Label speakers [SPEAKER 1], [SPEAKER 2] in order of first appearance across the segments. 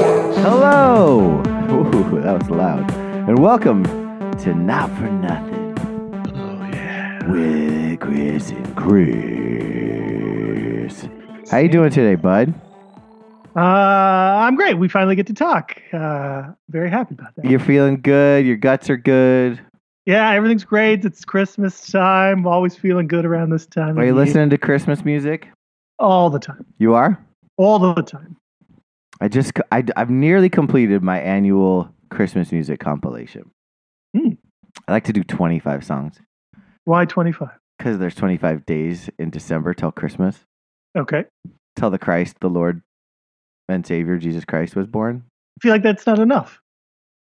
[SPEAKER 1] Hello! Ooh, that was loud. And welcome to Not for Nothing. With Chris and Chris. How you doing today, bud?
[SPEAKER 2] Uh, I'm great. We finally get to talk. Uh, very happy about that.
[SPEAKER 1] You're feeling good. Your guts are good.
[SPEAKER 2] Yeah, everything's great. It's Christmas time. Always feeling good around this time.
[SPEAKER 1] Are
[SPEAKER 2] of
[SPEAKER 1] you
[SPEAKER 2] year.
[SPEAKER 1] listening to Christmas music?
[SPEAKER 2] All the time.
[SPEAKER 1] You are.
[SPEAKER 2] All the time.
[SPEAKER 1] I just I, have nearly completed my annual Christmas music compilation.
[SPEAKER 2] Hmm.
[SPEAKER 1] I like to do 25 songs
[SPEAKER 2] Why 25?
[SPEAKER 1] because there's 25 days in December till Christmas.
[SPEAKER 2] Okay. I
[SPEAKER 1] till the Christ, the Lord and Savior Jesus Christ was born.
[SPEAKER 2] feel like that's not enough.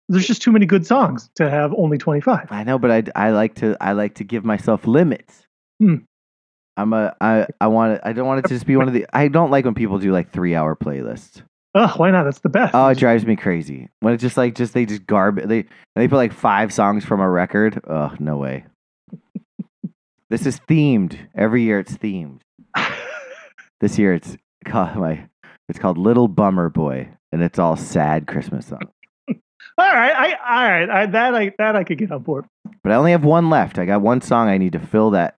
[SPEAKER 2] There's just too many good songs to have only 25.
[SPEAKER 1] I know, but I, I like to I like to give myself limits.
[SPEAKER 2] Hmm.
[SPEAKER 1] I'm a I I want it, I don't want it to just be one of the I don't like when people do like three hour playlists.
[SPEAKER 2] Oh, why not? That's the best.
[SPEAKER 1] Oh, it drives me crazy when it's just like just they just garb they they put like five songs from a record. Oh no way. this is themed every year. It's themed this year. It's called my it's called Little Bummer Boy, and it's all sad Christmas songs.
[SPEAKER 2] all right. I, all right. I, that, I, that I could get on board.
[SPEAKER 1] But I only have one left. I got one song I need to fill that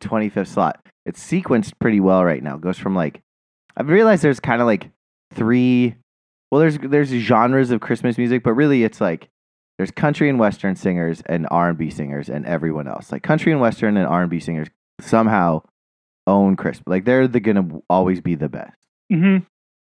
[SPEAKER 1] 25th slot. It's sequenced pretty well right now. It goes from like I've realized there's kind of like three well there's there's genres of Christmas music, but really it's like there's country and western singers and R&B singers and everyone else. Like country and western and R&B singers somehow own Christmas. Like they're the, going to always be the best.
[SPEAKER 2] hmm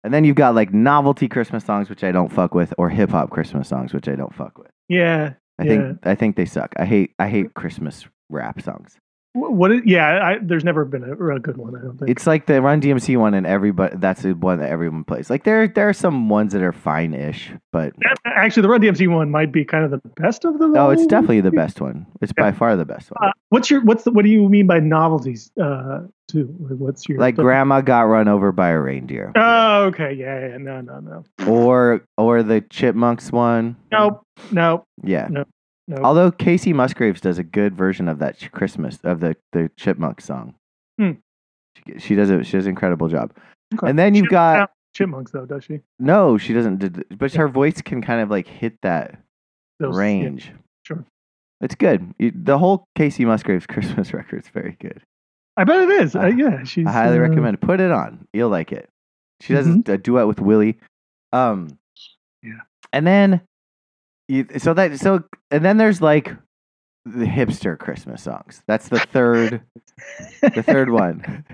[SPEAKER 1] And then you've got like novelty Christmas songs which I don't fuck with or hip hop Christmas songs which I don't fuck with.
[SPEAKER 2] Yeah.
[SPEAKER 1] I
[SPEAKER 2] Yeah.
[SPEAKER 1] think I think they suck. I hate I hate Christmas rap songs.
[SPEAKER 2] Wh- What? Is, yeah. I, there's never been a real good one. I don't think.
[SPEAKER 1] It's like the Run DMC one, and everybody that's the one that everyone plays. Like there there are some ones that are fine-ish, but
[SPEAKER 2] Actually, the Run DMC one might be kind of the best of them.
[SPEAKER 1] oh, it's
[SPEAKER 2] all.
[SPEAKER 1] definitely the best one. It's by far the best one.
[SPEAKER 2] Uh, what's your what's the, what do you mean by novelties uh too Like, what's your
[SPEAKER 1] Like Grandma got run over by a reindeer,
[SPEAKER 2] oh okay yeah, yeah no no no
[SPEAKER 1] or or the Chipmunks one.
[SPEAKER 2] nope nope
[SPEAKER 1] Yeah.
[SPEAKER 2] No, no.
[SPEAKER 1] Although Casey Musgraves does a good version of that ch- Christmas of the the Chipmunk song.
[SPEAKER 2] Hmm.
[SPEAKER 1] She, she does a she does an incredible job.
[SPEAKER 2] Okay.
[SPEAKER 1] And then you've
[SPEAKER 2] Chip-
[SPEAKER 1] got
[SPEAKER 2] uh, chipmunks though does she
[SPEAKER 1] no, she doesn't. did- But her voice can kind of like hit that
[SPEAKER 2] Those- yeah.
[SPEAKER 1] range.
[SPEAKER 2] sure.
[SPEAKER 1] It's good. You- The whole Casey Musgraves Christmas record's very good.
[SPEAKER 2] I bet it is
[SPEAKER 1] Uh,
[SPEAKER 2] uh, yeah she's
[SPEAKER 1] I highly
[SPEAKER 2] uh,
[SPEAKER 1] recommend. it. Put it on. You'll like it. She does a duet with Willie. Um,
[SPEAKER 2] Yeah.
[SPEAKER 1] And then, you, so that so and then there's like the hipster Christmas songs. That's the third, the third one.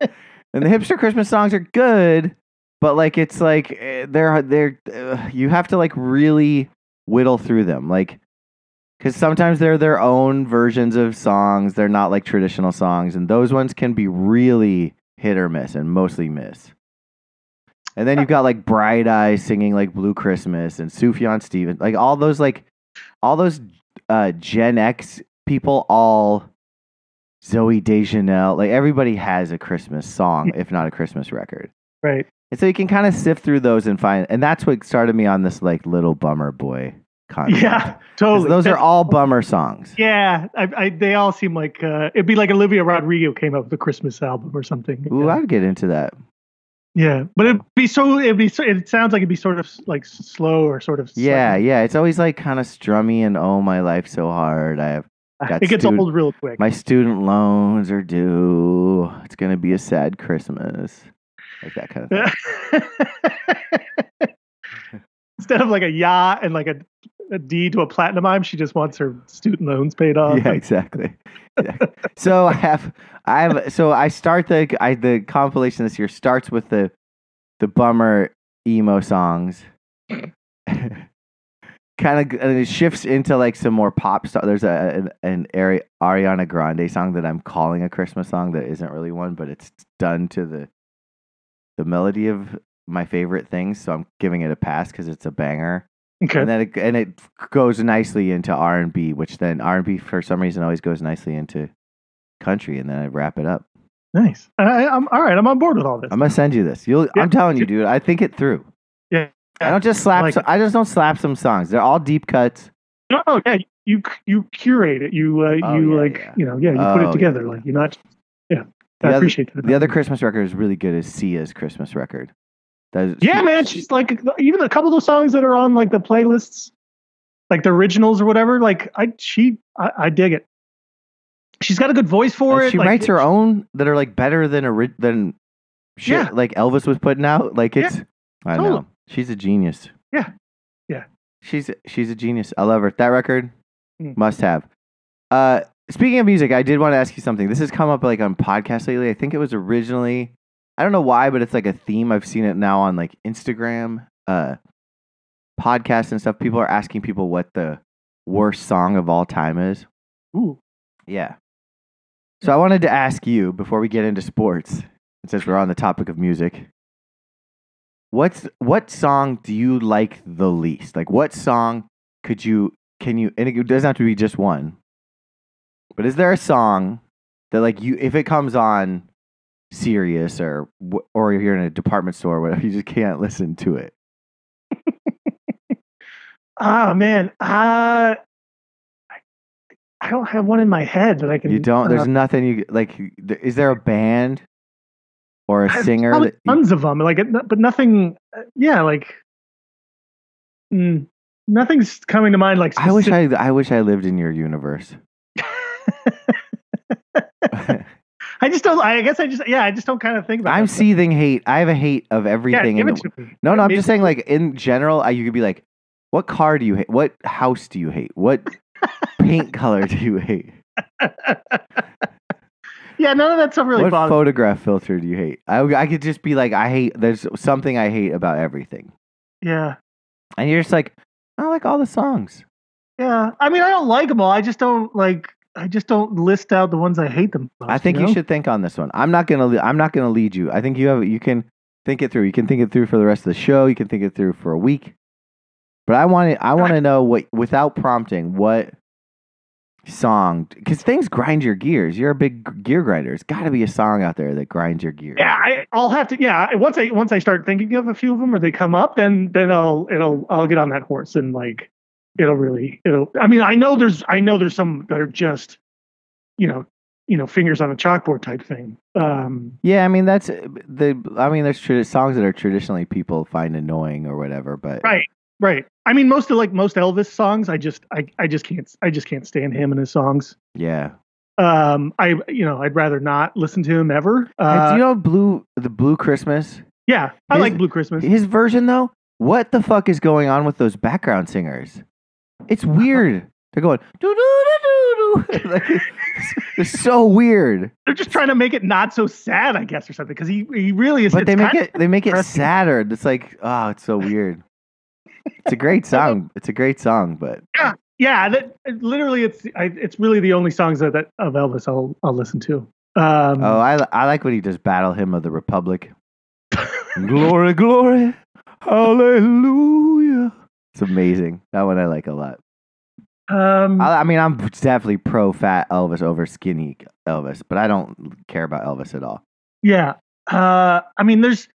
[SPEAKER 1] And the hipster Christmas songs are good, but like it's like eh, they're they're uh, you have to like really whittle through them, like because sometimes they're their own versions of songs. They're not like traditional songs, and those ones can be really hit or miss, and mostly miss. And then you've got like Bright Eyes singing like Blue Christmas and Sufjan Stevens, like all those like all those uh, Gen X people, all Zoe Deschanel, like everybody has a Christmas song, if not a Christmas record.
[SPEAKER 2] right
[SPEAKER 1] And so you can kind of sift through those and find, and that's what started me on this like little bummer boy concept.
[SPEAKER 2] yeah
[SPEAKER 1] 'Cause
[SPEAKER 2] totally
[SPEAKER 1] Those are
[SPEAKER 2] That's-
[SPEAKER 1] all bummer songs.
[SPEAKER 2] yeah I, I they all seem like uh it'd be like Olivia Rodrigo came up with a Christmas album or something
[SPEAKER 1] Ooh,
[SPEAKER 2] yeah.
[SPEAKER 1] I'd get into that.
[SPEAKER 2] yeah but it'd be so it'd be so, it sounds like it'd be sort of like slow or sort of
[SPEAKER 1] Yeah, yeah. It's always like kind of strummy and oh, my life's so hard. I have
[SPEAKER 2] like,
[SPEAKER 1] got
[SPEAKER 2] it gets
[SPEAKER 1] student-
[SPEAKER 2] old real quick
[SPEAKER 1] my student loans are due. It's gonna be a sad Christmas, like that kind of thing.
[SPEAKER 2] Instead of like a yacht and like a, a D to a platinum mime, she just wants her student loans paid off.
[SPEAKER 1] yeah, exactly. Yeah. so I have, I have, so I start the, I the compilation this year starts with the, the bummer emo songs. kind of, and it shifts into like some more pop stuff. There's a an, an Ari- Ariana Grande song that I'm calling a Christmas song that isn't really one, but it's done to the, the melody of my favorite things. So I'm giving it a pass because it's a banger
[SPEAKER 2] Okay.
[SPEAKER 1] and then it, and it goes nicely into R and B, which then R and B for some reason always goes nicely into country, and then I wrap it up.
[SPEAKER 2] nice. I, I'm all right. I'm on board with all this.
[SPEAKER 1] I'm gonna send you this. You'll,
[SPEAKER 2] Yeah.
[SPEAKER 1] I'm telling you, dude. I think it through.
[SPEAKER 2] Yeah.
[SPEAKER 1] I don't just slap.
[SPEAKER 2] Like
[SPEAKER 1] so- I just don't slap some songs. They're all deep cuts.
[SPEAKER 2] oh yeah, you c- you curate it. You uh,
[SPEAKER 1] Oh,
[SPEAKER 2] you
[SPEAKER 1] yeah,
[SPEAKER 2] like
[SPEAKER 1] yeah.
[SPEAKER 2] you know yeah you put
[SPEAKER 1] Oh,
[SPEAKER 2] it together.
[SPEAKER 1] yeah.
[SPEAKER 2] Like you're not yeah.
[SPEAKER 1] The
[SPEAKER 2] I
[SPEAKER 1] other-
[SPEAKER 2] appreciate that.
[SPEAKER 1] The other Christmas record is really good. Is Sia's Christmas record? That is,
[SPEAKER 2] yeah, man, she's like even a couple of those songs that are on like the playlists, like the originals or whatever. Like I she I, I dig it. She's got a good voice for
[SPEAKER 1] and
[SPEAKER 2] it.
[SPEAKER 1] she
[SPEAKER 2] like,
[SPEAKER 1] writes her own that are like better than ori- than shit
[SPEAKER 2] Yeah.
[SPEAKER 1] like Elvis was putting out. Like
[SPEAKER 2] Yeah,
[SPEAKER 1] it's I
[SPEAKER 2] totally.
[SPEAKER 1] know she's a genius.
[SPEAKER 2] Yeah, yeah.
[SPEAKER 1] She's she's a genius. I love her. That record
[SPEAKER 2] Mm.
[SPEAKER 1] must have. Uh, speaking of music, I did want to ask you something. This has come up like on podcasts lately. I think it was originally I don't know why, but it's like a theme. I've seen it now on like Instagram, uh, podcasts and stuff. People are asking people what the worst song of all time is.
[SPEAKER 2] Ooh,
[SPEAKER 1] Yeah. So I wanted to ask you before we get into sports, and since we're on the topic of music, what's what song do you like the least? Like, what song could you can you? And it doesn't have to be just one, but is there a song that like you if it comes on serious or wh- or you're in a department store or whatever, you just can't listen to it?
[SPEAKER 2] ah man, uh, I- I don't have one in my head that I can.
[SPEAKER 1] You don't. There's
[SPEAKER 2] uh,
[SPEAKER 1] nothing you like. th- Is there a band or a
[SPEAKER 2] I've
[SPEAKER 1] singer?
[SPEAKER 2] probably
[SPEAKER 1] that you-
[SPEAKER 2] tons of them. Like, it- but nothing. uh, Yeah, like, mm, nothing's coming to mind. Like,
[SPEAKER 1] I wish I I wish I lived in your universe.
[SPEAKER 2] I just don't. I guess I just yeah. I just don't kind of think about.
[SPEAKER 1] I'm
[SPEAKER 2] that stuff.
[SPEAKER 1] seething hate. I have a hate of
[SPEAKER 2] Yeah,
[SPEAKER 1] everything. in
[SPEAKER 2] give
[SPEAKER 1] the,
[SPEAKER 2] it to me.
[SPEAKER 1] no, no, I'm
[SPEAKER 2] Maybe-
[SPEAKER 1] just saying like in general, I, you could be like, what car do you hate? What house do you hate? What paint color do you hate?
[SPEAKER 2] Yeah, none of that stuff really
[SPEAKER 1] what
[SPEAKER 2] bothers.
[SPEAKER 1] photograph filter do you hate? I I could just be like, I hate. There's something I hate about everything,
[SPEAKER 2] yeah,
[SPEAKER 1] and you're just like, I like all the songs.
[SPEAKER 2] yeah. I mean, I don't like them all. I just don't like. I just don't list out the ones I hate them.
[SPEAKER 1] I think you, should think on this one. I'm not gonna. le- I'm not gonna lead you. I think you have. You can think it through. You can think it through for the rest of the show. You can think it through for a week. But I want to. I want to know what without prompting what song because things grind your gears. You're a big g- gear grinder. It's got to be a song out there that grinds your gears.
[SPEAKER 2] Yeah, I, I'll have to. Yeah, I- once I once I start thinking of a few of them or they come up, then then I'll it'll I'll get on that horse and like it'll really it'll. I mean, I know there's I know there's some that are just, you know, you know, fingers on a chalkboard type thing. Um,
[SPEAKER 1] Yeah, I mean that's uh, the. I mean there's tradi- songs that are traditionally people find annoying or whatever. But
[SPEAKER 2] Right. right. I mean, most of like most Elvis songs, I just I I just can't I just can't stand him and his songs.
[SPEAKER 1] yeah,
[SPEAKER 2] Um, I you know I'd rather not listen to him ever.
[SPEAKER 1] And
[SPEAKER 2] Uh,
[SPEAKER 1] do you know blue the blue Christmas?
[SPEAKER 2] yeah, I
[SPEAKER 1] his-
[SPEAKER 2] like Blue Christmas.
[SPEAKER 1] His version though, what the fuck is going on with those background singers? It's weird. They're going doo doo doo doo doo. They're so weird.
[SPEAKER 2] They're just trying to make it not so sad, I guess, or something, because he he really is.
[SPEAKER 1] But
[SPEAKER 2] it's
[SPEAKER 1] they make
[SPEAKER 2] kind
[SPEAKER 1] it they make it
[SPEAKER 2] depressing.
[SPEAKER 1] sadder. It's like, oh, it's so weird. It's a great song. It's a great song, but
[SPEAKER 2] yeah that it- literally it's I, it's really the only songs that, that of elvis i'll i'll listen to um
[SPEAKER 1] oh, I I like when he does Battle Hymn of the Republic. glory, glory, hallelujah. It's amazing. That one I like a lot.
[SPEAKER 2] um
[SPEAKER 1] I, I mean, I'm definitely pro fat Elvis over skinny Elvis, but I don't care about Elvis at all.
[SPEAKER 2] yeah uh i mean there's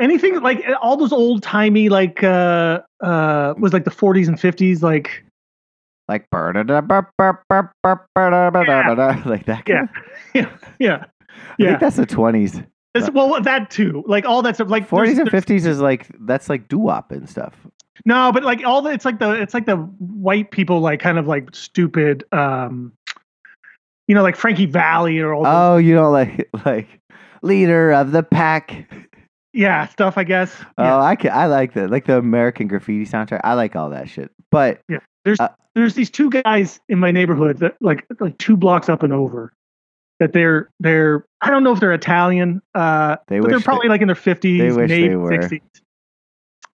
[SPEAKER 2] anything like all those old timey like uh uh was like the 40s and 50s like
[SPEAKER 1] Like "Ba-da-da-ba-ba-ba-ba-ba-da-da-da," like that. kind of-
[SPEAKER 2] yeah
[SPEAKER 1] I
[SPEAKER 2] yeah
[SPEAKER 1] think that's the twenties,
[SPEAKER 2] That's- well that too like all that stuff like there's-
[SPEAKER 1] forties, and
[SPEAKER 2] there's-
[SPEAKER 1] fifties is like that's like doo wop and stuff.
[SPEAKER 2] No, but like all the it's like the it's like the white people like kind of like stupid um you know like Frankie Valley or all those
[SPEAKER 1] Oh, you don't like like leader of the pack.
[SPEAKER 2] yeah stuff I guess.
[SPEAKER 1] Oh,
[SPEAKER 2] Yeah.
[SPEAKER 1] I can, I like that. Like the American Graffiti soundtrack. I like all that shit. But Uh,
[SPEAKER 2] There's these two guys in my neighborhood that like like two blocks up and over that they're they're I don't know if they're Italian uh
[SPEAKER 1] they
[SPEAKER 2] but
[SPEAKER 1] wish
[SPEAKER 2] they're
[SPEAKER 1] they-
[SPEAKER 2] probably like in their 50s
[SPEAKER 1] wish
[SPEAKER 2] maybe
[SPEAKER 1] they were.
[SPEAKER 2] 60s.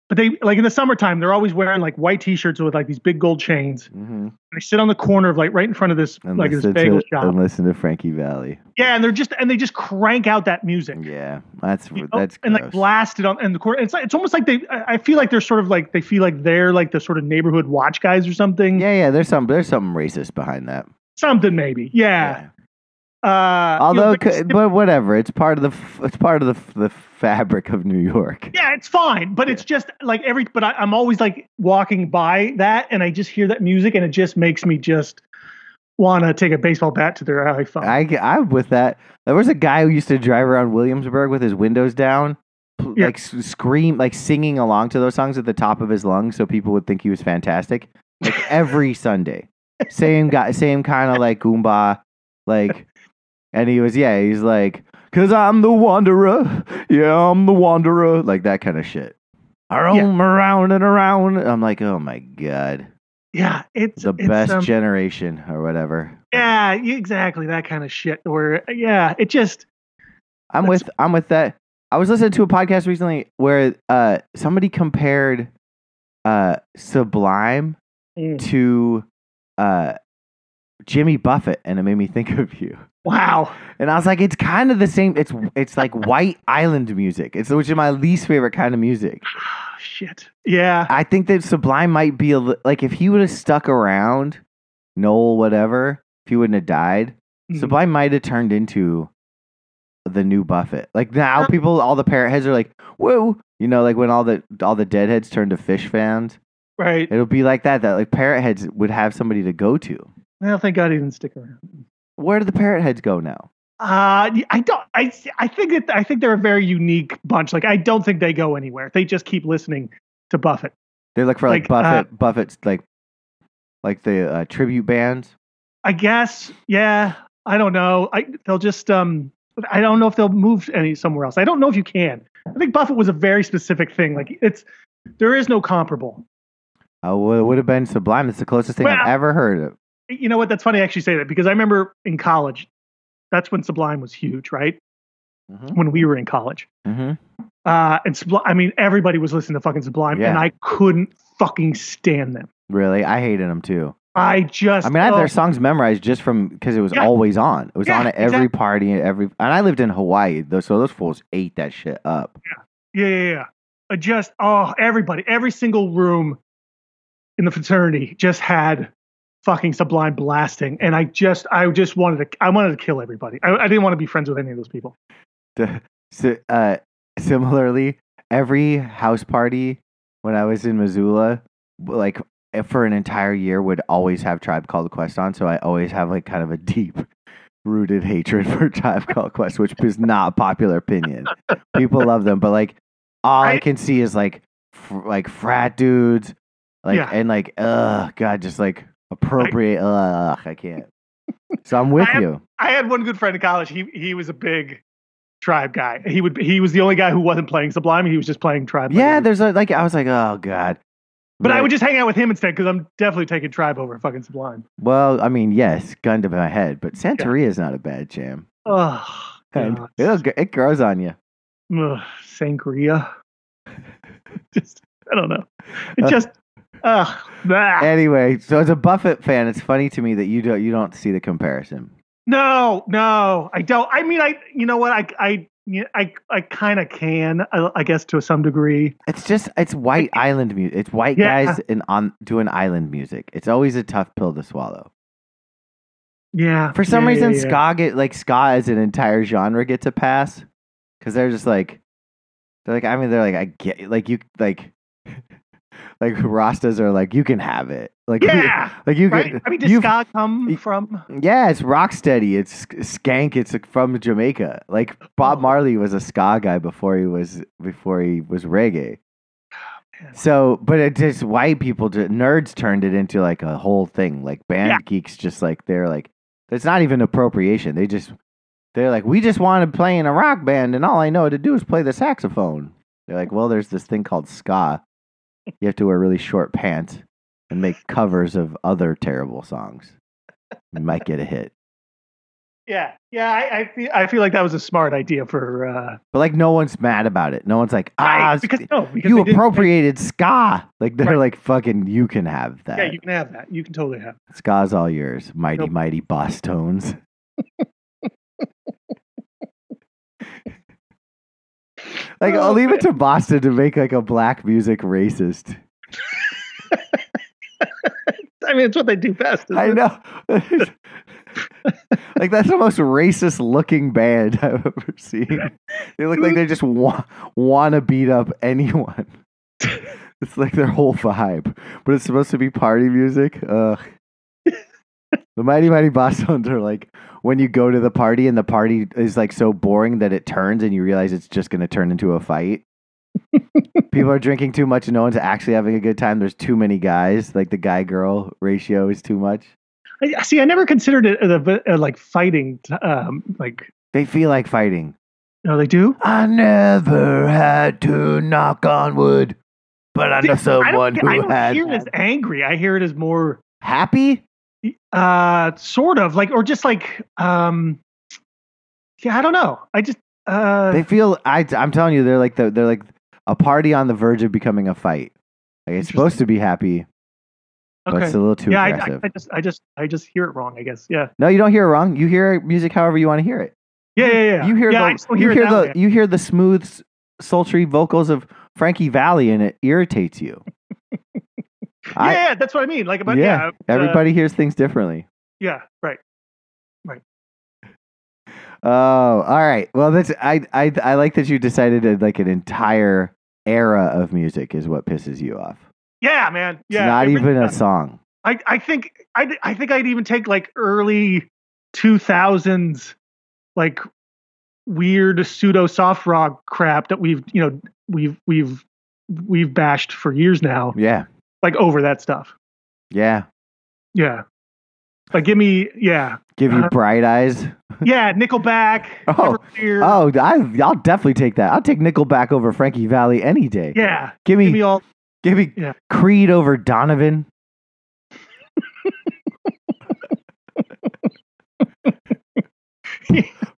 [SPEAKER 2] But they like in the summertime they're always wearing like white t-shirts with like these big gold chains.
[SPEAKER 1] Mhm.
[SPEAKER 2] And they sit on the corner of like right in front of this
[SPEAKER 1] and
[SPEAKER 2] like this
[SPEAKER 1] listen
[SPEAKER 2] bagel
[SPEAKER 1] to
[SPEAKER 2] shop.
[SPEAKER 1] and listen to Frankie Valley.
[SPEAKER 2] yeah, and they're just and they just crank out that music.
[SPEAKER 1] Yeah, that's
[SPEAKER 2] you know,
[SPEAKER 1] that's
[SPEAKER 2] and
[SPEAKER 1] gross.
[SPEAKER 2] like blasted on and the court. It's like, it's almost like they. I I feel like they're sort of like they feel like they're like the sort of neighborhood watch guys or something.
[SPEAKER 1] yeah, yeah. There's some there's something racist behind that.
[SPEAKER 2] Something maybe. Yeah. Uh, you know,
[SPEAKER 1] Although,
[SPEAKER 2] but-
[SPEAKER 1] c- but whatever, it's part of the f- it's part of the f- the fabric of New York.
[SPEAKER 2] yeah, it's fine, but it's just like every. But I, I'm always like walking by that, and I just hear that music, and it just makes me just want to take a baseball bat to their iPhone.
[SPEAKER 1] I am with that. There was a guy who used to drive around Williamsburg with his windows down, pl-
[SPEAKER 2] Yeah.
[SPEAKER 1] like s- scream, like singing along to those songs at the top of his lungs, so people would think he was fantastic. Like every Sunday, same guy, same kind of like Goomba, like, and he was yeah, he's like, cause I'm the wanderer, yeah, I'm the wanderer, like that kind of shit. I roam
[SPEAKER 2] Yeah.
[SPEAKER 1] around and around. I'm like, oh my god,
[SPEAKER 2] yeah, it's
[SPEAKER 1] the
[SPEAKER 2] it's,
[SPEAKER 1] best
[SPEAKER 2] um,
[SPEAKER 1] generation or whatever.
[SPEAKER 2] yeah, you- exactly that kind of shit. Or yeah, it just
[SPEAKER 1] I'm
[SPEAKER 2] That's-
[SPEAKER 1] with I'm with that. I was listening to a podcast recently where uh somebody compared uh Sublime
[SPEAKER 2] Mm.
[SPEAKER 1] to uh Jimmy Buffett and it made me think of you.
[SPEAKER 2] wow.
[SPEAKER 1] And I was like it's kind of the same it's it's like white island music. It's which is my least favorite kind of music.
[SPEAKER 2] Oh, shit. Yeah.
[SPEAKER 1] I think that Sublime might be a li- like if he would have stuck around Noel whatever, if he wouldn't have died,
[SPEAKER 2] Mm.
[SPEAKER 1] Sublime might have turned into the new Buffett. Like now,
[SPEAKER 2] Yeah.
[SPEAKER 1] people, all the parrot heads are like, "Whoa!" You know, like when all the all the deadheads turned to fish fans.
[SPEAKER 2] Right.
[SPEAKER 1] It'll be like that. That like parrot heads would have somebody to go to.
[SPEAKER 2] Well, thank God he didn't stick around.
[SPEAKER 1] Where do the parrot heads go now?
[SPEAKER 2] Uh, I don't. I I think that I think they're a very unique bunch. Like I don't think they go anywhere. They just keep listening to Buffett.
[SPEAKER 1] They look for like,
[SPEAKER 2] Like, uh,
[SPEAKER 1] Buffett, Buffett's like, like the uh, tribute bands.
[SPEAKER 2] I guess. Yeah. I don't know. I they'll just um. I don't know if they'll move any somewhere else. I don't know if you can. I think Buffett was a very specific thing. Like it's there is no comparable.
[SPEAKER 1] Oh, well, it would have been Sublime. That's the closest thing I've
[SPEAKER 2] Well-
[SPEAKER 1] ever heard of.
[SPEAKER 2] You know what? That's funny. I actually say that because I remember in college, that's when Sublime was huge, right?
[SPEAKER 1] Mhm.
[SPEAKER 2] When we were in college.
[SPEAKER 1] Mhm.
[SPEAKER 2] Uh, and Sublime, I mean, everybody was listening to fucking Sublime,
[SPEAKER 1] Yeah.
[SPEAKER 2] and I couldn't fucking stand them.
[SPEAKER 1] Really, I hated them too.
[SPEAKER 2] I just,
[SPEAKER 1] I mean, I had
[SPEAKER 2] oh,
[SPEAKER 1] their songs memorized just from because it was
[SPEAKER 2] Yeah.
[SPEAKER 1] always on. It was
[SPEAKER 2] Yeah,
[SPEAKER 1] on at every party and every. And I lived in Hawaii, though, so those fools ate that shit up.
[SPEAKER 2] yeah, yeah, yeah. I just, oh, everybody, every single room in the fraternity just had fucking Sublime blasting, and I just, I just wanted to, I wanted to kill everybody. I, I didn't want to be friends with any of those people.
[SPEAKER 1] The- si- uh, similarly, every house party when I was in Missoula, w- like eh, for an entire year, would always have Tribe Called Quest on. So I always have like kind of a deep rooted hatred for Tribe Called Quest, which is not a popular opinion. People love them, but like all I,
[SPEAKER 2] I-
[SPEAKER 1] can see is like fr- like frat dudes, like
[SPEAKER 2] Yeah.
[SPEAKER 1] and like ugh, God, just like appropriate. ugh, I can't. So I'm with
[SPEAKER 2] I have-
[SPEAKER 1] you.
[SPEAKER 2] I had one good friend in college. He he was a big tribe guy. He would, he was the only guy who wasn't playing Sublime. He was just playing tribe. like
[SPEAKER 1] Yeah,
[SPEAKER 2] everybody.
[SPEAKER 1] there's a, like I was like, oh god.
[SPEAKER 2] But I
[SPEAKER 1] Right.
[SPEAKER 2] would just hang out with him instead because I'm definitely taking Tribe over fucking Sublime.
[SPEAKER 1] Well, I mean, yes, gun to my head, but Santeria is not a bad jam.
[SPEAKER 2] Ugh.
[SPEAKER 1] And
[SPEAKER 2] God.
[SPEAKER 1] it'll g- it grows on you.
[SPEAKER 2] Ugh, sangria. just, I don't know. It
[SPEAKER 1] Uh,
[SPEAKER 2] just, ugh. blah.
[SPEAKER 1] Anyway, so as a Buffett fan, it's funny to me that you don't you don't see the comparison.
[SPEAKER 2] No, no, I don't. I mean, I, you know what? I, I, yeah, I, I kind of can, I, I guess, to some degree.
[SPEAKER 1] It's just it's white island music. It's white
[SPEAKER 2] Yeah.
[SPEAKER 1] guys in on doing island music. It's always a tough pill to swallow.
[SPEAKER 2] Yeah.
[SPEAKER 1] For some
[SPEAKER 2] yeah, yeah,
[SPEAKER 1] reason,
[SPEAKER 2] yeah.
[SPEAKER 1] ska get like ska as an entire genre gets a pass because they're just like they're like I mean they're like I get like you like like Rastas are like you can have it like
[SPEAKER 2] Yeah.
[SPEAKER 1] like you
[SPEAKER 2] Right?
[SPEAKER 1] can
[SPEAKER 2] I mean, does
[SPEAKER 1] you've-
[SPEAKER 2] ska come
[SPEAKER 1] you-
[SPEAKER 2] from?
[SPEAKER 1] Yeah, it's rocksteady. It's sk- skank. It's like, from Jamaica. Like Bob
[SPEAKER 2] Oh.
[SPEAKER 1] Marley was a ska guy before he was before he was reggae.
[SPEAKER 2] Oh, man.
[SPEAKER 1] So, but it just white people, ju- nerds turned it into like a whole thing. Like band
[SPEAKER 2] Yeah.
[SPEAKER 1] geeks, just like they're like, it's not even appropriation. They just they're like, we just want to play in a rock band, and all I know to do is play the saxophone. They're like, well, there's this thing called ska. You have to wear really short pants and make covers of other terrible songs. You might get a hit.
[SPEAKER 2] Yeah. Yeah. I, I, feel, I feel like that was a smart idea for, uh,
[SPEAKER 1] But like no one's mad about it. No one's like, ah,
[SPEAKER 2] right, because no, because
[SPEAKER 1] you
[SPEAKER 2] they didn't-
[SPEAKER 1] appropriated ska. Like they're
[SPEAKER 2] Right.
[SPEAKER 1] like, fucking, you can have that.
[SPEAKER 2] Yeah, you can have that. You can totally have.
[SPEAKER 1] Ska's all yours, mighty,
[SPEAKER 2] Nope.
[SPEAKER 1] mighty boss tones. like I'll
[SPEAKER 2] Oh,
[SPEAKER 1] leave it to Boston to make like a black music racist.
[SPEAKER 2] I mean, it's what they do best. isn't
[SPEAKER 1] I
[SPEAKER 2] it?
[SPEAKER 1] know. Like that's the most racist looking band I've ever seen. They look like they just wa- want to beat up anyone. It's like their whole vibe, but it's supposed to be party music. Ugh. The Mighty Mighty Bosstones are like when you go to the party and the party is like so boring that it turns and you realize it's just going to turn into a fight. People are drinking too much and no one's actually having a good time. There's too many guys. Like the guy girl ratio is too much.
[SPEAKER 2] I- See, I never considered it uh, the- uh, like fighting. t- Um, like,
[SPEAKER 1] They feel like fighting.
[SPEAKER 2] no, they do.
[SPEAKER 1] I never had to knock on wood, but I know someone
[SPEAKER 2] I don't, I
[SPEAKER 1] who
[SPEAKER 2] don't
[SPEAKER 1] has.
[SPEAKER 2] hear it as angry. I hear it as more
[SPEAKER 1] Happy?
[SPEAKER 2] uh sort of like or just like um yeah i don't know i just uh
[SPEAKER 1] They feel. I, I'm telling you, they're like the, they're like a party on the verge of becoming a fight. Like it's supposed to be happy, but
[SPEAKER 2] okay
[SPEAKER 1] it's a little too
[SPEAKER 2] yeah I, I,
[SPEAKER 1] aggressive.
[SPEAKER 2] I just i just i just hear it wrong i guess yeah
[SPEAKER 1] no, you don't hear it wrong. You hear music however you want to hear it.
[SPEAKER 2] yeah yeah yeah
[SPEAKER 1] You hear
[SPEAKER 2] yeah, I
[SPEAKER 1] the
[SPEAKER 2] just don't
[SPEAKER 1] you
[SPEAKER 2] hear it
[SPEAKER 1] hear
[SPEAKER 2] that
[SPEAKER 1] the
[SPEAKER 2] way.
[SPEAKER 1] you hear the smooth, s- sultry vocals of Frankie Valley, and it irritates you. I-
[SPEAKER 2] yeah, yeah that's what i mean like about
[SPEAKER 1] Yeah,
[SPEAKER 2] yeah, uh,
[SPEAKER 1] Everybody hears things differently.
[SPEAKER 2] yeah right
[SPEAKER 1] Oh, all right. Well, that's I I I like that you decided that like an entire era of music is what pisses you off.
[SPEAKER 2] yeah man
[SPEAKER 1] It's
[SPEAKER 2] yeah
[SPEAKER 1] not
[SPEAKER 2] it really
[SPEAKER 1] even a
[SPEAKER 2] does.
[SPEAKER 1] song.
[SPEAKER 2] I I think I I think I'd even take like early 2000s like weird pseudo soft rock crap that we've you know we've we've we've bashed for years now
[SPEAKER 1] Yeah.
[SPEAKER 2] like over that stuff.
[SPEAKER 1] Yeah.
[SPEAKER 2] Yeah. Like give me yeah.
[SPEAKER 1] Give you
[SPEAKER 2] Uh,
[SPEAKER 1] bright eyes.
[SPEAKER 2] Yeah, Nickelback.
[SPEAKER 1] Oh.
[SPEAKER 2] Everclear.
[SPEAKER 1] Oh, I I'll definitely take that. I'll take Nickelback over Frankie Valley any day.
[SPEAKER 2] Yeah.
[SPEAKER 1] Give me
[SPEAKER 2] Give me all
[SPEAKER 1] Give me
[SPEAKER 2] Yeah.
[SPEAKER 1] Creed over Donovan.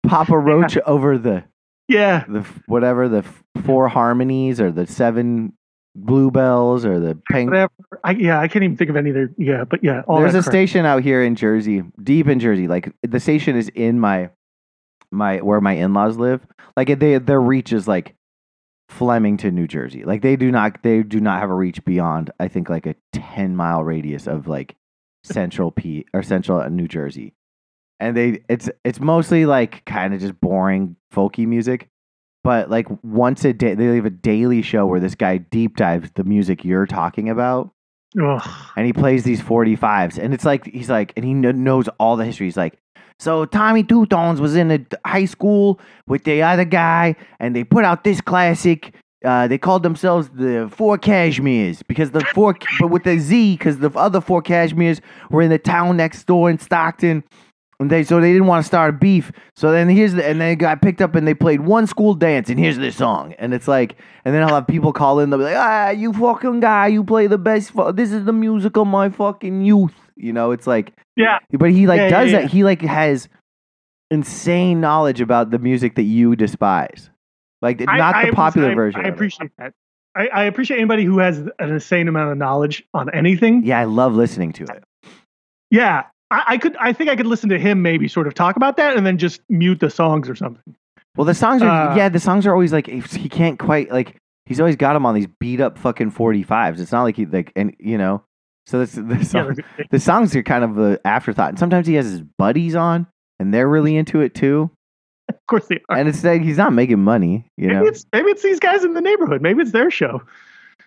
[SPEAKER 1] Papa Roach over the
[SPEAKER 2] Yeah.
[SPEAKER 1] the f- whatever the f- four harmonies or the seven bluebells or the pink.
[SPEAKER 2] Whatever. I, yeah, I can't even think of any other yeah, but yeah, all
[SPEAKER 1] There's
[SPEAKER 2] that
[SPEAKER 1] a
[SPEAKER 2] crap.
[SPEAKER 1] station out here in Jersey, deep in Jersey. Like the station is in my my where my in laws live. Like they their reach is like Flemington, New Jersey. Like they do not they do not have a reach beyond I think like a ten mile radius of like central P or central New Jersey. And they it's it's mostly like kind of just boring folky music. But like once a day they have a daily show where this guy deep dives the music you're talking about
[SPEAKER 2] Ugh.
[SPEAKER 1] and he plays these 45s and it's like he's like and he kn- knows all the history he's like so tommy two tones was in a th- high school with the other guy and they put out this classic uh, they called themselves the four cashmeres because the four but with a z because the other four cashmeres were in the town next door in stockton and they so they didn't want to start a beef so then here's the and they got picked up and they played one school dance and here's this song and it's like and then I'll have people call in. They'll be like, "Ah, you fucking guy, you play the best. Fu- this is the music of my fucking youth." You know, it's like,
[SPEAKER 2] Yeah.
[SPEAKER 1] but he like
[SPEAKER 2] Yeah,
[SPEAKER 1] does
[SPEAKER 2] yeah,
[SPEAKER 1] that. He like has insane knowledge about the music that you despise, like
[SPEAKER 2] I-
[SPEAKER 1] not
[SPEAKER 2] I
[SPEAKER 1] the
[SPEAKER 2] appre-
[SPEAKER 1] popular
[SPEAKER 2] I-
[SPEAKER 1] version.
[SPEAKER 2] I
[SPEAKER 1] of it.
[SPEAKER 2] appreciate that. I, I appreciate anybody who has an insane amount of knowledge on anything. Yeah,
[SPEAKER 1] Yeah, I love listening to it.
[SPEAKER 2] I, I could. I think I could listen to him maybe sort of talk about that and then just mute the songs or something.
[SPEAKER 1] Well, the songs are
[SPEAKER 2] Uh,
[SPEAKER 1] yeah, the songs are always like if he can't quite like he's always got him on these beat up fucking forty fives. It's not like he like and you know, so that's the
[SPEAKER 2] Yeah,
[SPEAKER 1] song.
[SPEAKER 2] they're good.
[SPEAKER 1] the songs are kind of an afterthought. And sometimes he has his buddies on, and they're really into it too.
[SPEAKER 2] of course they are.
[SPEAKER 1] And it's like he's not making money, you
[SPEAKER 2] Maybe
[SPEAKER 1] know.
[SPEAKER 2] it's maybe it's these guys in the neighborhood. Maybe it's their show.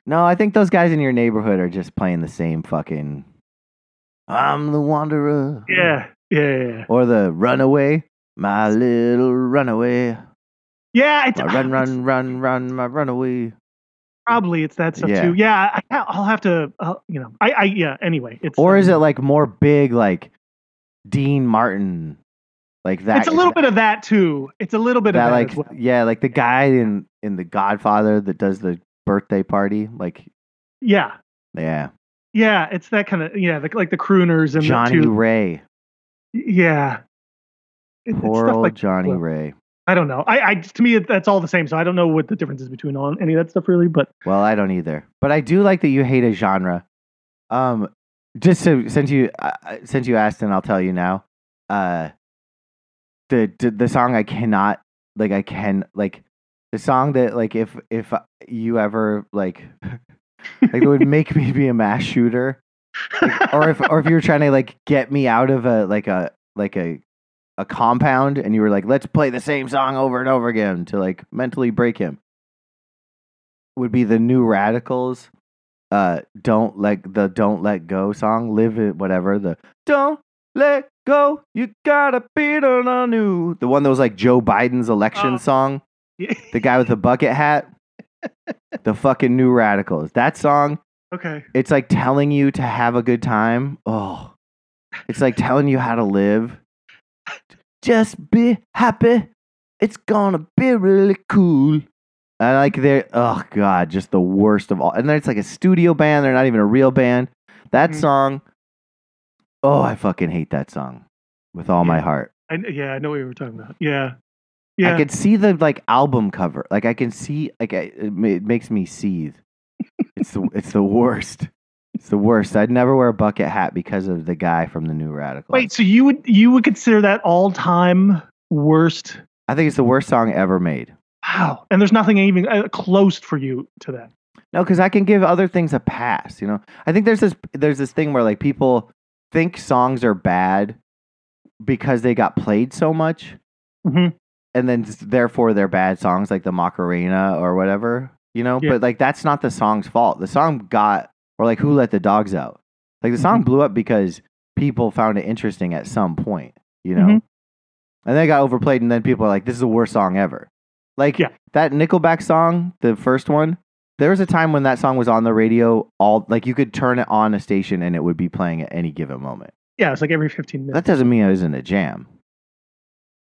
[SPEAKER 1] No, I think those guys in your neighborhood are just playing the same fucking. I'm the wanderer.
[SPEAKER 2] Yeah, yeah, yeah.
[SPEAKER 1] Or the runaway, my little runaway.
[SPEAKER 2] Yeah, it's,
[SPEAKER 1] My run,
[SPEAKER 2] it's
[SPEAKER 1] run, run, run, my runaway.
[SPEAKER 2] probably it's that stuff
[SPEAKER 1] Yeah.
[SPEAKER 2] too. Yeah, I, I'll have to. Uh, you know, I, I, yeah. Anyway, it's
[SPEAKER 1] Or is
[SPEAKER 2] um,
[SPEAKER 1] it like more big, like Dean Martin, like that?
[SPEAKER 2] It's a little bit of that too. It's a little bit
[SPEAKER 1] that
[SPEAKER 2] of that
[SPEAKER 1] like
[SPEAKER 2] as well.
[SPEAKER 1] yeah, like the guy in in the Godfather that does the birthday party, like
[SPEAKER 2] Yeah,
[SPEAKER 1] yeah,
[SPEAKER 2] yeah. It's that kind of yeah, like like the crooners and
[SPEAKER 1] Johnny
[SPEAKER 2] the two.
[SPEAKER 1] Ray,
[SPEAKER 2] Yeah. It- it's
[SPEAKER 1] poor
[SPEAKER 2] stuff
[SPEAKER 1] old
[SPEAKER 2] like-
[SPEAKER 1] Johnny
[SPEAKER 2] well.
[SPEAKER 1] Ray.
[SPEAKER 2] I don't know. I, I to me it, that's all the same. So I don't know what the difference is between all any of that stuff really. But
[SPEAKER 1] Well, I don't either, but I do like that you hate a genre. Um, just to, since you uh, uh, since you asked, and I'll tell you now. Uh, the, the the song I cannot like I can like the song that like if if you ever like like it would make me be a mass shooter or if or if you were trying to like get me out of a like a like a a compound and you were like, let's play the same song over and over again to like mentally break him, would be the new radicals. Uh, don't let the don't let go song live it whatever the don't let go you gotta beat on a new the one that was like Joe Biden's election
[SPEAKER 2] Oh.
[SPEAKER 1] song
[SPEAKER 2] Yeah.
[SPEAKER 1] the guy with the bucket hat the fucking new radicals that song
[SPEAKER 2] okay.
[SPEAKER 1] it's like telling you to have a good time. Oh, it's like telling you how to live. Just be happy. It's gonna be really cool. And like they're oh god, just the worst of all. And then it's like a studio band. They're not even a real band. That
[SPEAKER 2] Mhm.
[SPEAKER 1] song. Oh, I fucking hate that song with all my
[SPEAKER 2] Yeah.
[SPEAKER 1] heart.
[SPEAKER 2] I, yeah, I know what you were talking about. Yeah. Yeah.
[SPEAKER 1] I can see the like album cover. Like I can see like I, it, ma- it makes me seethe. It's the it's the worst. It's the worst. I'd never wear a bucket hat because of the guy from the New Radicals.
[SPEAKER 2] Wait, so you would you would consider that all time worst?
[SPEAKER 1] I think it's the worst song ever made.
[SPEAKER 2] Wow. And there's nothing even uh, close for you to that.
[SPEAKER 1] No, because I can give other things a pass. You know, I think there's this there's this thing where like people think songs are bad because they got played so much,
[SPEAKER 2] Mhm.
[SPEAKER 1] Mm-hmm. and then s- therefore they're bad songs like the Macarena or whatever. You know,
[SPEAKER 2] Yeah.
[SPEAKER 1] but like that's not the song's fault. The song got or like who let the dogs out. Like the
[SPEAKER 2] Mm-hmm.
[SPEAKER 1] song blew up because people found it interesting at some point. You know,
[SPEAKER 2] Mhm.
[SPEAKER 1] and they got overplayed, and then people are like, "This is the worst song ever." Like
[SPEAKER 2] Yeah.
[SPEAKER 1] that Nickelback song, the first one. There was a time when that song was on the radio all like you could turn it on a station and it would be playing at any given moment.
[SPEAKER 2] Yeah, it's like every 15 minutes.
[SPEAKER 1] That doesn't mean it isn't a jam.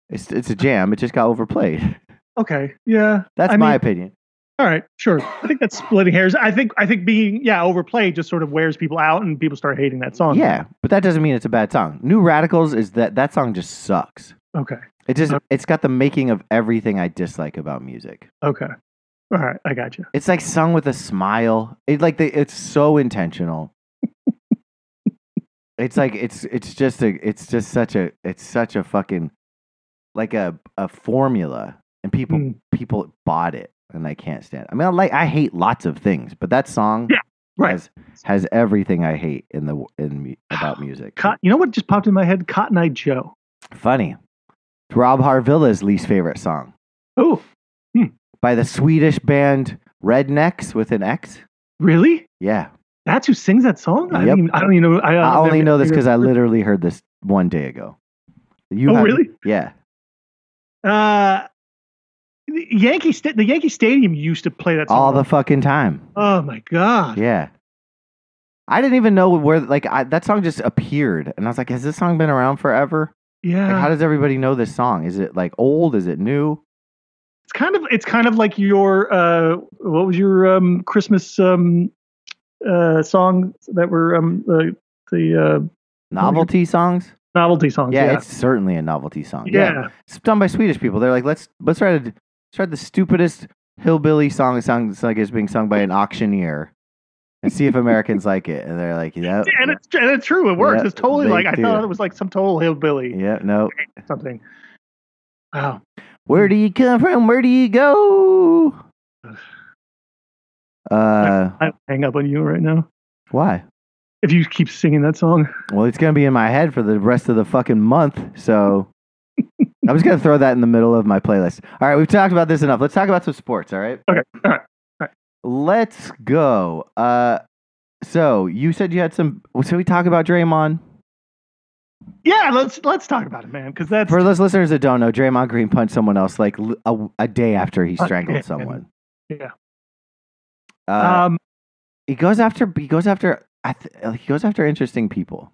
[SPEAKER 1] It's it's a jam. It just got overplayed.
[SPEAKER 2] okay. Yeah.
[SPEAKER 1] That's
[SPEAKER 2] I
[SPEAKER 1] my
[SPEAKER 2] mean-
[SPEAKER 1] opinion.
[SPEAKER 2] All right. Sure. I think that's splitting hairs. I think I think being yeah overplayed just sort of wears people out and people start hating that song.
[SPEAKER 1] Yeah, but that doesn't mean it's a bad song. New Radicals is that that song just sucks.
[SPEAKER 2] Okay.
[SPEAKER 1] It just
[SPEAKER 2] Uh,
[SPEAKER 1] it's got the making of everything I dislike about music.
[SPEAKER 2] Okay. All right. I got you.
[SPEAKER 1] It's like sung with a smile. It like the, it's so intentional. it's like it's it's just a it's just such a it's such a fucking like a a formula and people
[SPEAKER 2] Mm.
[SPEAKER 1] people bought it and I can't stand. It. I mean I like I hate lots of things, but that song
[SPEAKER 2] Yeah, right.
[SPEAKER 1] has has everything I hate in the in mu- about music.
[SPEAKER 2] Cot- you know what just popped in my head? Cotton Eye Joe.
[SPEAKER 1] Funny. It's Rob Harvilla's least favorite song
[SPEAKER 2] Oh,
[SPEAKER 1] by the Swedish band Rednecks with an X.
[SPEAKER 2] really?
[SPEAKER 1] Yeah.
[SPEAKER 2] That's who sings that song? I,
[SPEAKER 1] Yep.
[SPEAKER 2] don't even, I don't even know. I,
[SPEAKER 1] I
[SPEAKER 2] I've
[SPEAKER 1] only
[SPEAKER 2] never-
[SPEAKER 1] know this because I literally heard this one day ago. You
[SPEAKER 2] Oh,
[SPEAKER 1] have-
[SPEAKER 2] really?
[SPEAKER 1] Yeah.
[SPEAKER 2] Uh, the Yankee Sta- the Yankee Stadium used to play that song.
[SPEAKER 1] All the fucking time.
[SPEAKER 2] oh my god.
[SPEAKER 1] Yeah. I didn't even know where, like, I, that song just appeared. And I was like, has this song been around forever?
[SPEAKER 2] Yeah.
[SPEAKER 1] Like, how does everybody know this song? Is it, like, old? Is it new?
[SPEAKER 2] it's kind of it's kind of like your uh what was your um Christmas um uh song that were um the the
[SPEAKER 1] Novelty songs?
[SPEAKER 2] uh, novelty songs.
[SPEAKER 1] Yeah,
[SPEAKER 2] Yeah.
[SPEAKER 1] it's certainly a novelty song.
[SPEAKER 2] Yeah.
[SPEAKER 1] It's done by Swedish people. They're like, let's let's try to let's try the stupidest hillbilly song that sounds like it's being sung by an auctioneer, and see if Americans like it. And they're like, yeah,
[SPEAKER 2] And it's and it's true. It works.
[SPEAKER 1] Yeah,
[SPEAKER 2] it's totally
[SPEAKER 1] they
[SPEAKER 2] like I
[SPEAKER 1] do.
[SPEAKER 2] thought it was like some total hillbilly
[SPEAKER 1] yeah, no.
[SPEAKER 2] or something. Wow.
[SPEAKER 1] Where do you come from? Where do you go? Uh,
[SPEAKER 2] I hang up on you right now.
[SPEAKER 1] why?
[SPEAKER 2] If you keep singing that song.
[SPEAKER 1] Well, it's gonna be in my head for the rest of the fucking month, so. I'm just gonna throw that in the middle of my playlist. All right, we've talked about this enough. Let's talk about some sports. All right.
[SPEAKER 2] Okay, all right, all right.
[SPEAKER 1] Let's go. Uh, so you said you had some. Should we talk about Draymond?
[SPEAKER 2] Yeah, let's let's talk about it, man, because that's
[SPEAKER 1] For those listeners that don't know, Draymond Green punched someone else like l- a, a day after he
[SPEAKER 2] Okay,
[SPEAKER 1] strangled
[SPEAKER 2] yeah.
[SPEAKER 1] someone.
[SPEAKER 2] Yeah.
[SPEAKER 1] Uh,
[SPEAKER 2] um
[SPEAKER 1] he goes after. He goes after. I th- he goes after interesting people.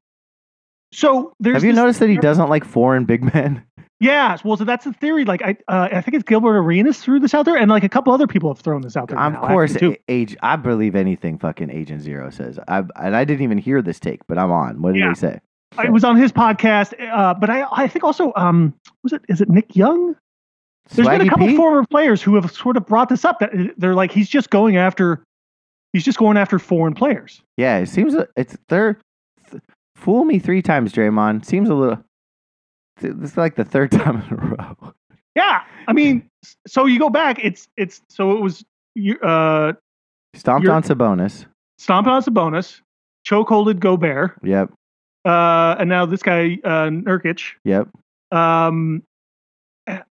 [SPEAKER 2] so there's
[SPEAKER 1] Have you
[SPEAKER 2] this-
[SPEAKER 1] noticed that he doesn't like foreign big men?
[SPEAKER 2] Yeah, well, so that's the theory. Like, I uh, I think it's Gilbert Arenas threw this out there, and like a couple other people have thrown this out there.
[SPEAKER 1] Of
[SPEAKER 2] now,
[SPEAKER 1] course,
[SPEAKER 2] actually, too.
[SPEAKER 1] a- age. I believe anything fucking Agent Zero says. I and I didn't even hear this take, but I'm on. What did
[SPEAKER 2] Yeah.
[SPEAKER 1] he say?
[SPEAKER 2] it was on his podcast. Uh, but I I think also um was it is it Nick Young? There's been
[SPEAKER 1] Swaggy
[SPEAKER 2] a couple
[SPEAKER 1] P?
[SPEAKER 2] former players who have sort of brought this up that uh, they're like he's just going after he's just going after foreign players.
[SPEAKER 1] Yeah, it seems a- it's they're th- fool me three times, Draymond. Seems a little. th- It's like the third time in a row.
[SPEAKER 2] Yeah, I mean, s- so you go back, it's it's so it was you uh
[SPEAKER 1] Stomped
[SPEAKER 2] You're-
[SPEAKER 1] on Sabonis.
[SPEAKER 2] stomped on Sabonis, chokeholded Gobert,
[SPEAKER 1] Yep,
[SPEAKER 2] uh, and now this guy uh, Nurkic.
[SPEAKER 1] yep.
[SPEAKER 2] Um,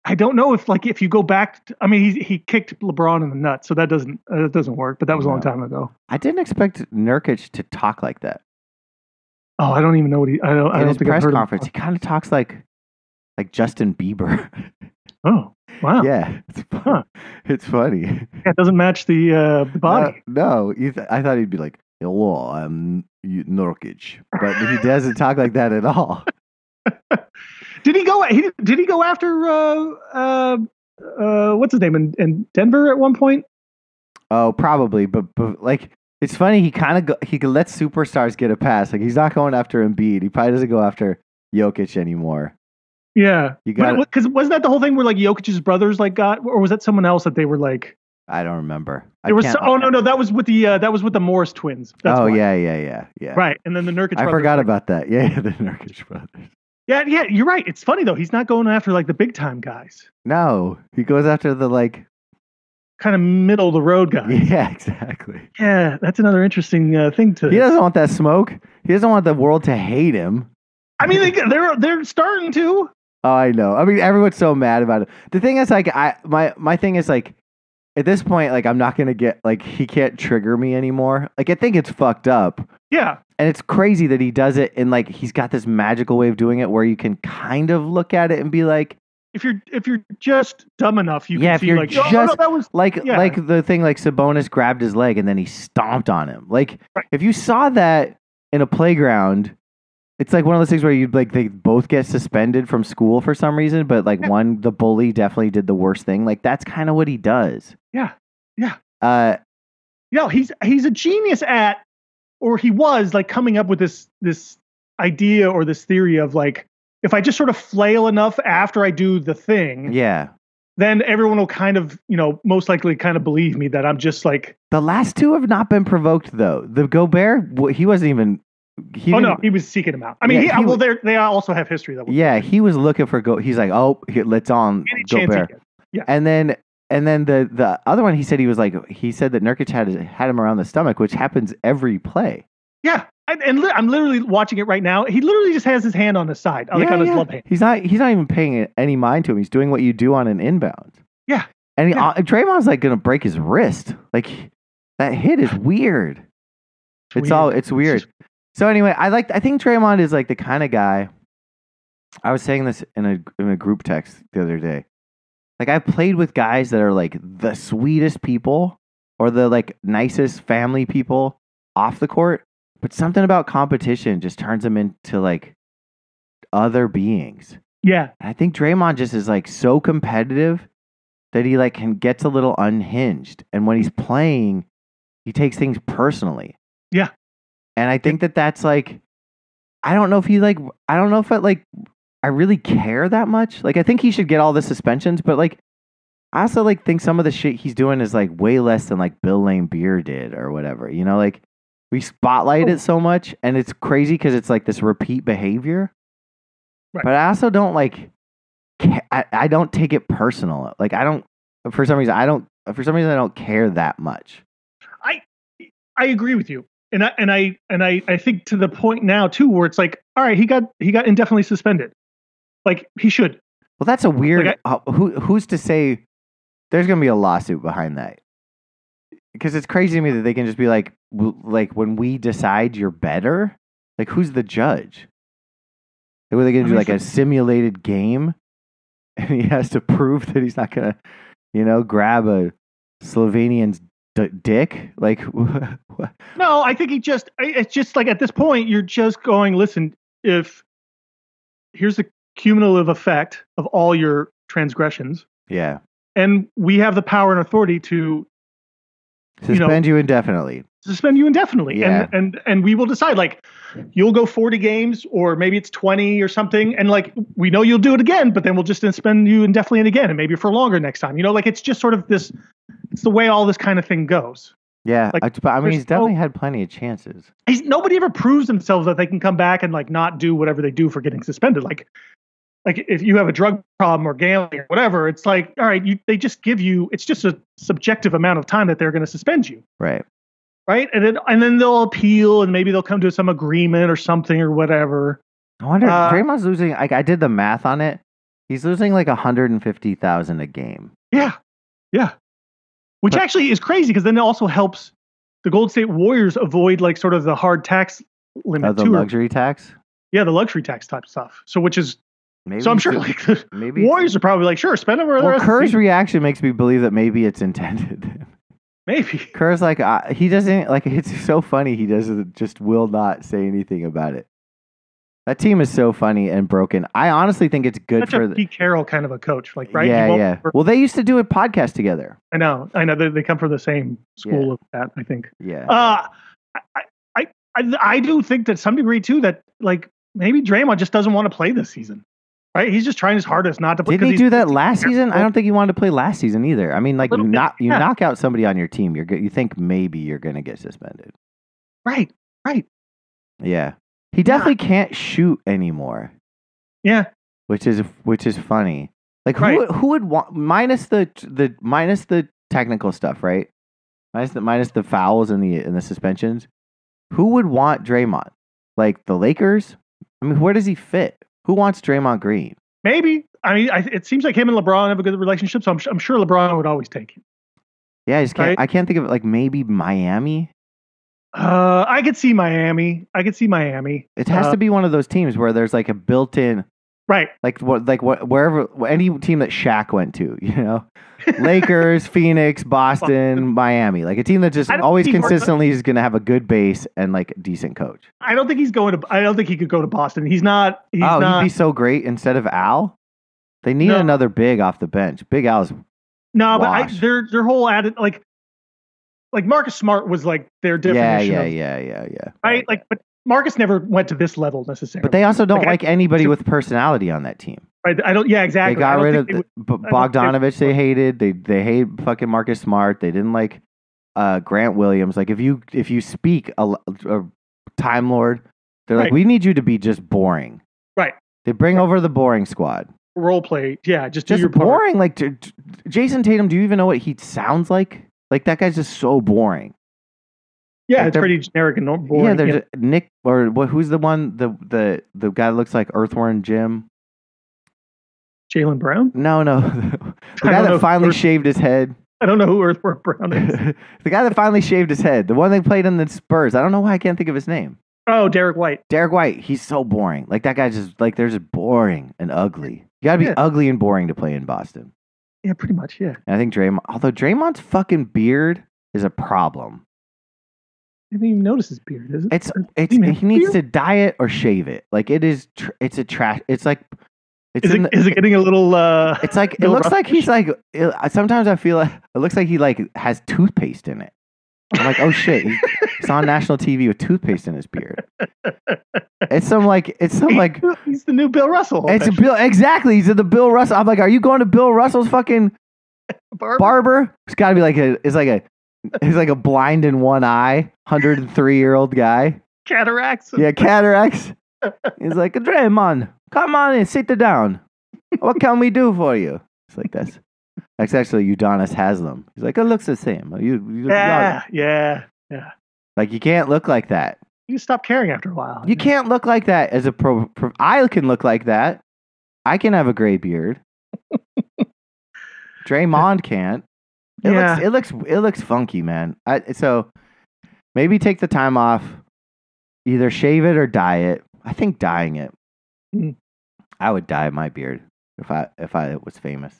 [SPEAKER 2] I don't know if like if you go back. To, I mean, he he kicked LeBron in the nuts, so that doesn't uh, that doesn't work. But that was a long
[SPEAKER 1] No.
[SPEAKER 2] time ago.
[SPEAKER 1] I didn't expect Nurkic to talk like that.
[SPEAKER 2] Oh, I don't even know what he. I don't.
[SPEAKER 1] In
[SPEAKER 2] I don't
[SPEAKER 1] his
[SPEAKER 2] think I've
[SPEAKER 1] press
[SPEAKER 2] heard
[SPEAKER 1] conference,
[SPEAKER 2] Of
[SPEAKER 1] he kind of talks like like Justin Bieber.
[SPEAKER 2] oh, wow. Yeah.
[SPEAKER 1] yeah, it's fun.
[SPEAKER 2] Huh.
[SPEAKER 1] It's funny.
[SPEAKER 2] It doesn't match the uh, the body.
[SPEAKER 1] No, no, you th- I thought he'd be like, "Hello, I'm you- Nurkic," but he doesn't talk like that at all.
[SPEAKER 2] Did he go? He did he go after uh, uh, uh, what's his name in, in Denver at one point?
[SPEAKER 1] Oh, probably, but, but like it's funny. He kind of go- he lets superstars get a pass. Like he's not going after Embiid. He probably doesn't go after Jokic anymore.
[SPEAKER 2] Yeah,
[SPEAKER 1] You got. to
[SPEAKER 2] because wasn't that the whole thing where like Jokic's brothers like got, or was that someone else that they were like?
[SPEAKER 1] I don't remember. I
[SPEAKER 2] There was
[SPEAKER 1] can't-
[SPEAKER 2] so, oh no no that was with the uh, that was with the Morris twins. That's
[SPEAKER 1] oh
[SPEAKER 2] why.
[SPEAKER 1] yeah, yeah, yeah, yeah.
[SPEAKER 2] right. And then the Nurkic.
[SPEAKER 1] I
[SPEAKER 2] brothers.
[SPEAKER 1] forgot about that. Yeah, the Nurkic brothers.
[SPEAKER 2] Yeah, yeah, you're right. It's funny though. He's not going after like the big time guys,
[SPEAKER 1] No, he goes after the like.
[SPEAKER 2] kind of middle of the road guys. Yeah,
[SPEAKER 1] Yeah, exactly.
[SPEAKER 2] that's another interesting uh, thing to.
[SPEAKER 1] He doesn't want that smoke. He doesn't want the world to hate him.
[SPEAKER 2] I mean, they, they're they're starting to.
[SPEAKER 1] Oh, I know. I mean, everyone's so mad about it. The thing is, like, I my my thing is like, at this point, like, I'm not gonna get like he can't trigger me anymore. Like, I think it's fucked up,
[SPEAKER 2] Yeah,
[SPEAKER 1] and it's crazy that he does it, and like, he's got this magical way of doing it where you can kind of look at it and be like,
[SPEAKER 2] if you're if you're just dumb enough, you
[SPEAKER 1] Yeah,
[SPEAKER 2] can
[SPEAKER 1] if
[SPEAKER 2] see
[SPEAKER 1] you're
[SPEAKER 2] like, oh, no, no,
[SPEAKER 1] just-
[SPEAKER 2] that was
[SPEAKER 1] like
[SPEAKER 2] Yeah.
[SPEAKER 1] like the thing like Sabonis grabbed his leg and then he stomped on him. Like
[SPEAKER 2] Right.
[SPEAKER 1] if you saw that in a playground, it's like one of those things where you'd like they both get suspended from school for some reason, but like
[SPEAKER 2] Yeah.
[SPEAKER 1] one the bully definitely did the worst thing. Like that's kind of what he does.
[SPEAKER 2] Yeah. Yeah.
[SPEAKER 1] Uh
[SPEAKER 2] no, he's he's a genius at, or he was like coming up with this this idea or this theory of like, if I just sort of flail enough after I do the thing,
[SPEAKER 1] yeah.
[SPEAKER 2] then everyone will kind of you know most likely kind of believe me that I'm just like,
[SPEAKER 1] The last two have not been provoked though. The Gobert w- he wasn't even he
[SPEAKER 2] oh
[SPEAKER 1] didn't-
[SPEAKER 2] no, he was seeking him out. I mean,
[SPEAKER 1] Yeah,
[SPEAKER 2] yeah,
[SPEAKER 1] he
[SPEAKER 2] well,
[SPEAKER 1] was-
[SPEAKER 2] they they also have history that was
[SPEAKER 1] Yeah, he was looking for go he's like, "Oh, here, let's on
[SPEAKER 2] any chance he
[SPEAKER 1] Gobert."
[SPEAKER 2] gets.
[SPEAKER 1] And then and then the the other one he said he was like he said that Nurkic had had him around the stomach, which happens every play.
[SPEAKER 2] Yeah, and, and li- I'm literally watching it right now. He literally just has his hand on his side, like on his love hand.
[SPEAKER 1] He's not he's not even paying any mind to him. He's doing what you do on an inbound.
[SPEAKER 2] Yeah.
[SPEAKER 1] And he,
[SPEAKER 2] Yeah.
[SPEAKER 1] uh, Draymond's like gonna break his wrist. Like that hit is weird. It's,
[SPEAKER 2] weird.
[SPEAKER 1] all it's weird.
[SPEAKER 2] just-
[SPEAKER 1] So anyway, I like I think Draymond is like the kind of guy. I was saying this in a in a group text the other day. Like I've played with guys that are like the sweetest people or the like nicest family people off the court, but something about competition just turns them into like other beings.
[SPEAKER 2] Yeah,
[SPEAKER 1] And I think Draymond just is like so competitive that he like can gets a little unhinged, and when he's playing, he takes things personally.
[SPEAKER 2] Yeah.
[SPEAKER 1] and I think that that's like, I don't know if he like, I don't know if it like, I really care that much. Like, I think he should get all the suspensions, but like, I also like think some of the shit he's doing is like way less than like Bill Lane Beer did or whatever. You know, like we spotlight
[SPEAKER 2] Oh.
[SPEAKER 1] it so much, and it's crazy because it's like this repeat behavior.
[SPEAKER 2] Right.
[SPEAKER 1] But I also don't like. ca- I, I don't take it personal. Like I don't. For some reason, I don't. For some reason, I don't care that much.
[SPEAKER 2] I agree with you, and I and I and I I think to the point now too where it's like, all right, he got he got indefinitely suspended, like he should.
[SPEAKER 1] Well, that's a weird. uh, who who's to say? There's gonna be a lawsuit behind that. Because it's crazy to me that they can just be like, w- like when we decide you're better, like who's the judge? Like, Were they gonna
[SPEAKER 2] I
[SPEAKER 1] do
[SPEAKER 2] mean,
[SPEAKER 1] like
[SPEAKER 2] for-
[SPEAKER 1] a simulated game, and he has to prove that he's not gonna, you know, grab a Slovenian's d- dick? Like, what?
[SPEAKER 2] No, I think he just I- it's just like at this point you're just going, listen, if here's the cumulative effect of all your transgressions,
[SPEAKER 1] yeah,
[SPEAKER 2] and we have the power and authority to You know-
[SPEAKER 1] suspend you, indefinitely.
[SPEAKER 2] suspend you indefinitely
[SPEAKER 1] Yeah.
[SPEAKER 2] and and and we will decide like you'll go 40 games or maybe it's 20 or something and like we know you'll do it again but then we'll just suspend you indefinitely and again and maybe for longer next time you know like it's just sort of this it's the way all this kind of thing goes
[SPEAKER 1] Yeah,
[SPEAKER 2] Like,
[SPEAKER 1] I, but I mean,
[SPEAKER 2] there's
[SPEAKER 1] he's definitely had plenty of chances.
[SPEAKER 2] He's, nobody ever proves themselves that they can come back and like not do whatever they do for getting suspended like like if you have a drug problem or gambling or whatever it's like all right you they just give you it's just a subjective amount of time that they're going to suspend you
[SPEAKER 1] Right.
[SPEAKER 2] right? And then and then they'll appeal, and maybe they'll come to some agreement or something or whatever.
[SPEAKER 1] I wonder.
[SPEAKER 2] Uh,
[SPEAKER 1] Draymond's losing. Like I did the math on it. He's losing like 150,000 a game.
[SPEAKER 2] Yeah. Yeah. Which
[SPEAKER 1] But-
[SPEAKER 2] actually is crazy because then it also helps the Gold State Warriors avoid like sort of the hard tax limit
[SPEAKER 1] Of the
[SPEAKER 2] too. or-
[SPEAKER 1] luxury tax?
[SPEAKER 2] yeah, the luxury tax type stuff. So which is
[SPEAKER 1] Maybe
[SPEAKER 2] so I'm
[SPEAKER 1] it's
[SPEAKER 2] sure
[SPEAKER 1] a-
[SPEAKER 2] like the
[SPEAKER 1] maybe it's-
[SPEAKER 2] Warriors are probably like, sure, spend over the
[SPEAKER 1] Well,
[SPEAKER 2] rest of the
[SPEAKER 1] Kerr's
[SPEAKER 2] season.
[SPEAKER 1] reaction makes me believe that maybe it's intended.
[SPEAKER 2] maybe.
[SPEAKER 1] Kerr's like uh, he doesn't like it's so funny he doesn't just will not say anything about it. That team is so funny and broken. I honestly think it's good
[SPEAKER 2] Such
[SPEAKER 1] for
[SPEAKER 2] a
[SPEAKER 1] the
[SPEAKER 2] Pete Carroll kind of a coach, like right? He
[SPEAKER 1] yeah
[SPEAKER 2] won't-
[SPEAKER 1] yeah. Well, they used to do a podcast together.
[SPEAKER 2] I know, I know. They, they come from the same school of that. I think.
[SPEAKER 1] Yeah,
[SPEAKER 2] Uh, I, I, I, I do think that some degree too that like maybe Draymond just doesn't want to play this season, right? He's just trying his hardest not to. play.
[SPEAKER 1] didn't he do that last season? I
[SPEAKER 2] Well-
[SPEAKER 1] don't think he wanted to play last season either. I mean, like you
[SPEAKER 2] Little bit,
[SPEAKER 1] knock you
[SPEAKER 2] yeah.
[SPEAKER 1] knock out somebody on your team, you're go- you think maybe you're gonna get suspended.
[SPEAKER 2] Right.
[SPEAKER 1] Yeah, he definitely can't shoot anymore.
[SPEAKER 2] Yeah.
[SPEAKER 1] which is which is funny. Like who
[SPEAKER 2] Right.
[SPEAKER 1] would- who would want minus the the minus the technical stuff, right? Minus the minus the fouls and the and the suspensions. Who would want Draymond? Like the Lakers? I mean, where does he fit? Who wants Draymond Green?
[SPEAKER 2] Maybe. I mean, I, it seems like him and LeBron have a good relationship, so I'm, su- I'm sure LeBron would always take him.
[SPEAKER 1] Yeah, I just can't.
[SPEAKER 2] Right.
[SPEAKER 1] I can't think of it. Like maybe Miami.
[SPEAKER 2] Uh, I could see Miami. I could see Miami.
[SPEAKER 1] It has
[SPEAKER 2] Uh,
[SPEAKER 1] to be one of those teams where there's like a built-in,
[SPEAKER 2] Right.
[SPEAKER 1] like what, like what, wherever any team that Shaq went to, you know, Lakers, Phoenix, Boston, Miami, like a team that just
[SPEAKER 2] I don't
[SPEAKER 1] always
[SPEAKER 2] think he works-
[SPEAKER 1] consistently is going to have a good base and like a decent coach.
[SPEAKER 2] I don't think he's going to. I don't think he could go to Boston. He's not. He's
[SPEAKER 1] oh,
[SPEAKER 2] not.
[SPEAKER 1] he'd be so great instead of Al. They need
[SPEAKER 2] No.
[SPEAKER 1] another big off the bench. Big Al's
[SPEAKER 2] No, but I,
[SPEAKER 1] Wash.
[SPEAKER 2] their their whole added like like Marcus Smart was like their
[SPEAKER 1] yeah,
[SPEAKER 2] definition
[SPEAKER 1] yeah,
[SPEAKER 2] of
[SPEAKER 1] yeah, yeah, yeah.
[SPEAKER 2] right like but Marcus never went to this level necessarily.
[SPEAKER 1] But they also don't
[SPEAKER 2] Like, I-
[SPEAKER 1] like anybody with personality on that team.
[SPEAKER 2] right? I don't yeah
[SPEAKER 1] They
[SPEAKER 2] exactly. I
[SPEAKER 1] got
[SPEAKER 2] don't
[SPEAKER 1] rid
[SPEAKER 2] think
[SPEAKER 1] of
[SPEAKER 2] they
[SPEAKER 1] the,
[SPEAKER 2] would-
[SPEAKER 1] B-
[SPEAKER 2] I don't think
[SPEAKER 1] Bogdanovich. They hated. They they hate fucking Marcus Smart. They didn't like uh, Grant Williams. Like if you if you speak a, l- a Time Lord, they're like,
[SPEAKER 2] Right.
[SPEAKER 1] we need you to be just boring.
[SPEAKER 2] Right.
[SPEAKER 1] They bring over the boring squad.
[SPEAKER 2] role play. Yeah, just, do
[SPEAKER 1] Just
[SPEAKER 2] your part.
[SPEAKER 1] boring. Like J- J- Jason Tatum. Do you even know what he sounds like? Like that guy's just so boring.
[SPEAKER 2] Yeah,
[SPEAKER 1] like
[SPEAKER 2] it's
[SPEAKER 1] they're-
[SPEAKER 2] pretty generic and norm- boring.
[SPEAKER 1] Yeah, there's a- Nick or what? Who's the one? The the the guy that looks like Earthworm Jim?
[SPEAKER 2] Jalen Brown.
[SPEAKER 1] No, no, the
[SPEAKER 2] I
[SPEAKER 1] guy
[SPEAKER 2] don't know
[SPEAKER 1] that
[SPEAKER 2] if
[SPEAKER 1] finally
[SPEAKER 2] Earth-
[SPEAKER 1] shaved his head.
[SPEAKER 2] I don't know who Earthworm Brown is.
[SPEAKER 1] the guy that finally shaved his head, the one that played in the Spurs. I don't know why I can't think of his name.
[SPEAKER 2] oh, Derek White.
[SPEAKER 1] Derek White. He's so boring. Like that guy's just like they're just boring and ugly. You gotta be
[SPEAKER 2] Yeah.
[SPEAKER 1] ugly and boring to play in Boston.
[SPEAKER 2] Yeah, pretty much. Yeah,
[SPEAKER 1] And I think Draymond, although Draymond's fucking beard is a problem.
[SPEAKER 2] I didn't even notice his beard. Is it?
[SPEAKER 1] It's it's
[SPEAKER 2] mean,
[SPEAKER 1] he needs
[SPEAKER 2] beard?
[SPEAKER 1] to dye it or shave it. Like it is. Tr- it's a trash. It's like it's
[SPEAKER 2] Is
[SPEAKER 1] in
[SPEAKER 2] it,
[SPEAKER 1] the,
[SPEAKER 2] is it getting a little? uh
[SPEAKER 1] it's like it
[SPEAKER 2] Bill
[SPEAKER 1] looks like he's like. It, sometimes I feel like it looks like he like has toothpaste in it. I'm like, oh shit, he- he's on national TV with toothpaste in his beard. It's some like it's some like
[SPEAKER 2] he's the new Bill Russell.
[SPEAKER 1] it's
[SPEAKER 2] That's
[SPEAKER 1] Bill exactly. He's at the Bill Russell. I'm like, are you going to Bill Russell's fucking
[SPEAKER 2] Barber.
[SPEAKER 1] barber? It's got to be like a it's like a it's like a blind in one eye, hundred and three year old guy.
[SPEAKER 2] cataracts.
[SPEAKER 1] Yeah, cataracts. He's like, Draymond, come on in, sit down. What can we do for you? It's like that's that's actually Udonis Haslam. He's like, it looks the same. You, you look young."
[SPEAKER 2] yeah, yeah.
[SPEAKER 1] like you can't look like that.
[SPEAKER 2] You stop caring after a while.
[SPEAKER 1] You can't look like that as a pro. pro I can look like that. I can have a gray beard. Draymond can't. It
[SPEAKER 2] Yeah.
[SPEAKER 1] looks it looks it looks funky, man. I, so maybe take the time off, either shave it or dye it. I think dyeing it.
[SPEAKER 2] Mm.
[SPEAKER 1] I would dye my beard if I if I was famous.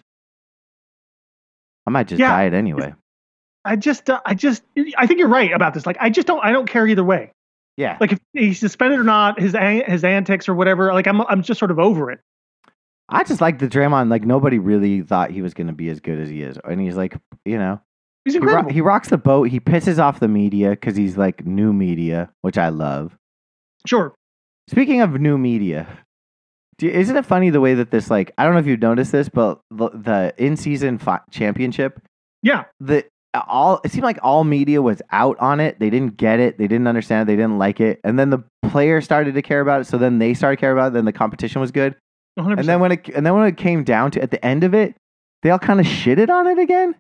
[SPEAKER 1] I might just
[SPEAKER 2] Yeah.
[SPEAKER 1] dye it anyway.
[SPEAKER 2] I just, uh, I just, I think you're right about this. Like, I just don't, I don't care either way.
[SPEAKER 1] Yeah.
[SPEAKER 2] Like, if he's suspended or not, his an- his antics or whatever. Like, I'm, I'm just sort of over it.
[SPEAKER 1] I just like the Draymond. Like nobody really thought he was going to be as good as he is, and he's like, you know,
[SPEAKER 2] He's
[SPEAKER 1] He, ro-
[SPEAKER 2] incredible.
[SPEAKER 1] he rocks the boat. He pisses off the media because he's like new media, which I love.
[SPEAKER 2] sure.
[SPEAKER 1] Speaking of new media, do, isn't it funny the way that this like I don't know if you've noticed this, but the, the in season fi- championship,
[SPEAKER 2] Yeah.
[SPEAKER 1] the all it seemed like all media was out on it. They didn't get it. They didn't understand it. They didn't like it. And then the players started to care about it. So then they started to care about it. Then the competition was good.
[SPEAKER 2] 100%.
[SPEAKER 1] And then when it and then when it came down to at the end of it, they all kind of shitted on it again.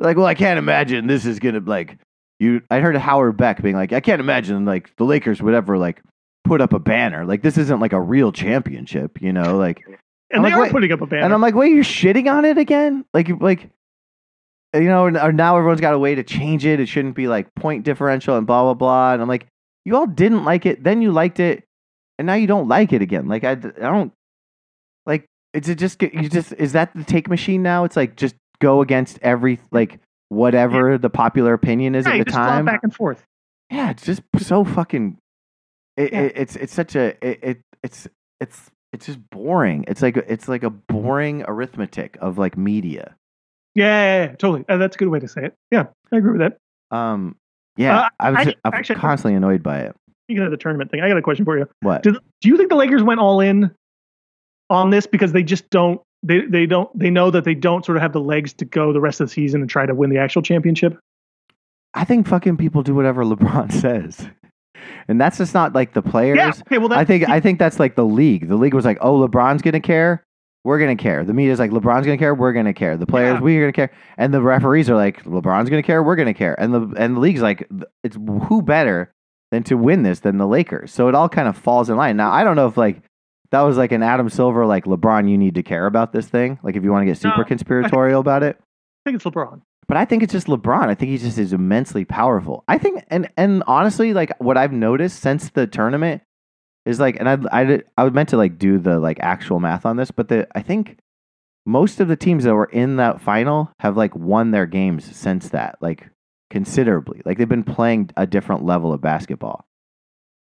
[SPEAKER 1] Like, well, I can't imagine this is gonna like you. I heard Howard Beck being like, I can't imagine like the Lakers would ever like put up a banner. Like this isn't like a real championship, you know? Like
[SPEAKER 2] and
[SPEAKER 1] I'm
[SPEAKER 2] they
[SPEAKER 1] like,
[SPEAKER 2] are
[SPEAKER 1] wait-
[SPEAKER 2] putting up a banner.
[SPEAKER 1] And I'm like, wait, you're shitting on it again? Like, you- like, you know, and- or now everyone's got a way to change it. It shouldn't be like point differential and blah blah blah. And I'm like, you all didn't like it, then you liked it, and now you don't like it again. Like, I, d- I don't, like, it's it just get- you just is that the take machine now? It's like just go against every like whatever the popular opinion is
[SPEAKER 2] yeah,
[SPEAKER 1] at
[SPEAKER 2] you
[SPEAKER 1] the
[SPEAKER 2] just flop
[SPEAKER 1] time.
[SPEAKER 2] back and forth.
[SPEAKER 1] Yeah, it's just so fucking. It,
[SPEAKER 2] Yeah.
[SPEAKER 1] it, it's it's such a it, it it's it's it's just boring. It's like it's like a boring arithmetic of like media.
[SPEAKER 2] Yeah, yeah, yeah, totally. Uh, that's a good way to say it. Yeah, I agree with that.
[SPEAKER 1] Um, yeah,
[SPEAKER 2] Uh,
[SPEAKER 1] I was
[SPEAKER 2] I-
[SPEAKER 1] I'm
[SPEAKER 2] actually-
[SPEAKER 1] constantly annoyed by it.
[SPEAKER 2] Speaking of the tournament thing, I got a question for you.
[SPEAKER 1] What?
[SPEAKER 2] Did- Do you think the Lakers went all in on this because they just don't they they don't they know that they don't sort of have the legs to go the rest of the season and try to win the actual championship?
[SPEAKER 1] I think fucking people do whatever LeBron says, and that's just not like the players.
[SPEAKER 2] yeah. Okay. Well, that,
[SPEAKER 1] I think I think that's like the league. The league was like, oh, LeBron's gonna care. We're gonna care. The media's like, LeBron's gonna care. We're gonna care. The players,
[SPEAKER 2] Yeah.
[SPEAKER 1] we're gonna care. And the referees are like, LeBron's gonna care. We're gonna care. And the and the league's like, it's who better than to win this than the Lakers. So it all kind of falls in line. Now I don't know if like that was like an Adam Silver like LeBron, you need to care about this thing. Like if you want to get
[SPEAKER 2] No.
[SPEAKER 1] super conspiratorial about it.
[SPEAKER 2] I think it's LeBron.
[SPEAKER 1] But I think it's just LeBron. I think he just is immensely powerful. I think, and and honestly, like what I've noticed since the tournament is like, and I I did- I was meant to like do the like actual math on this, but the I think most of the teams that were in that final have like won their games since that, like considerably. Like they've been playing a different level of basketball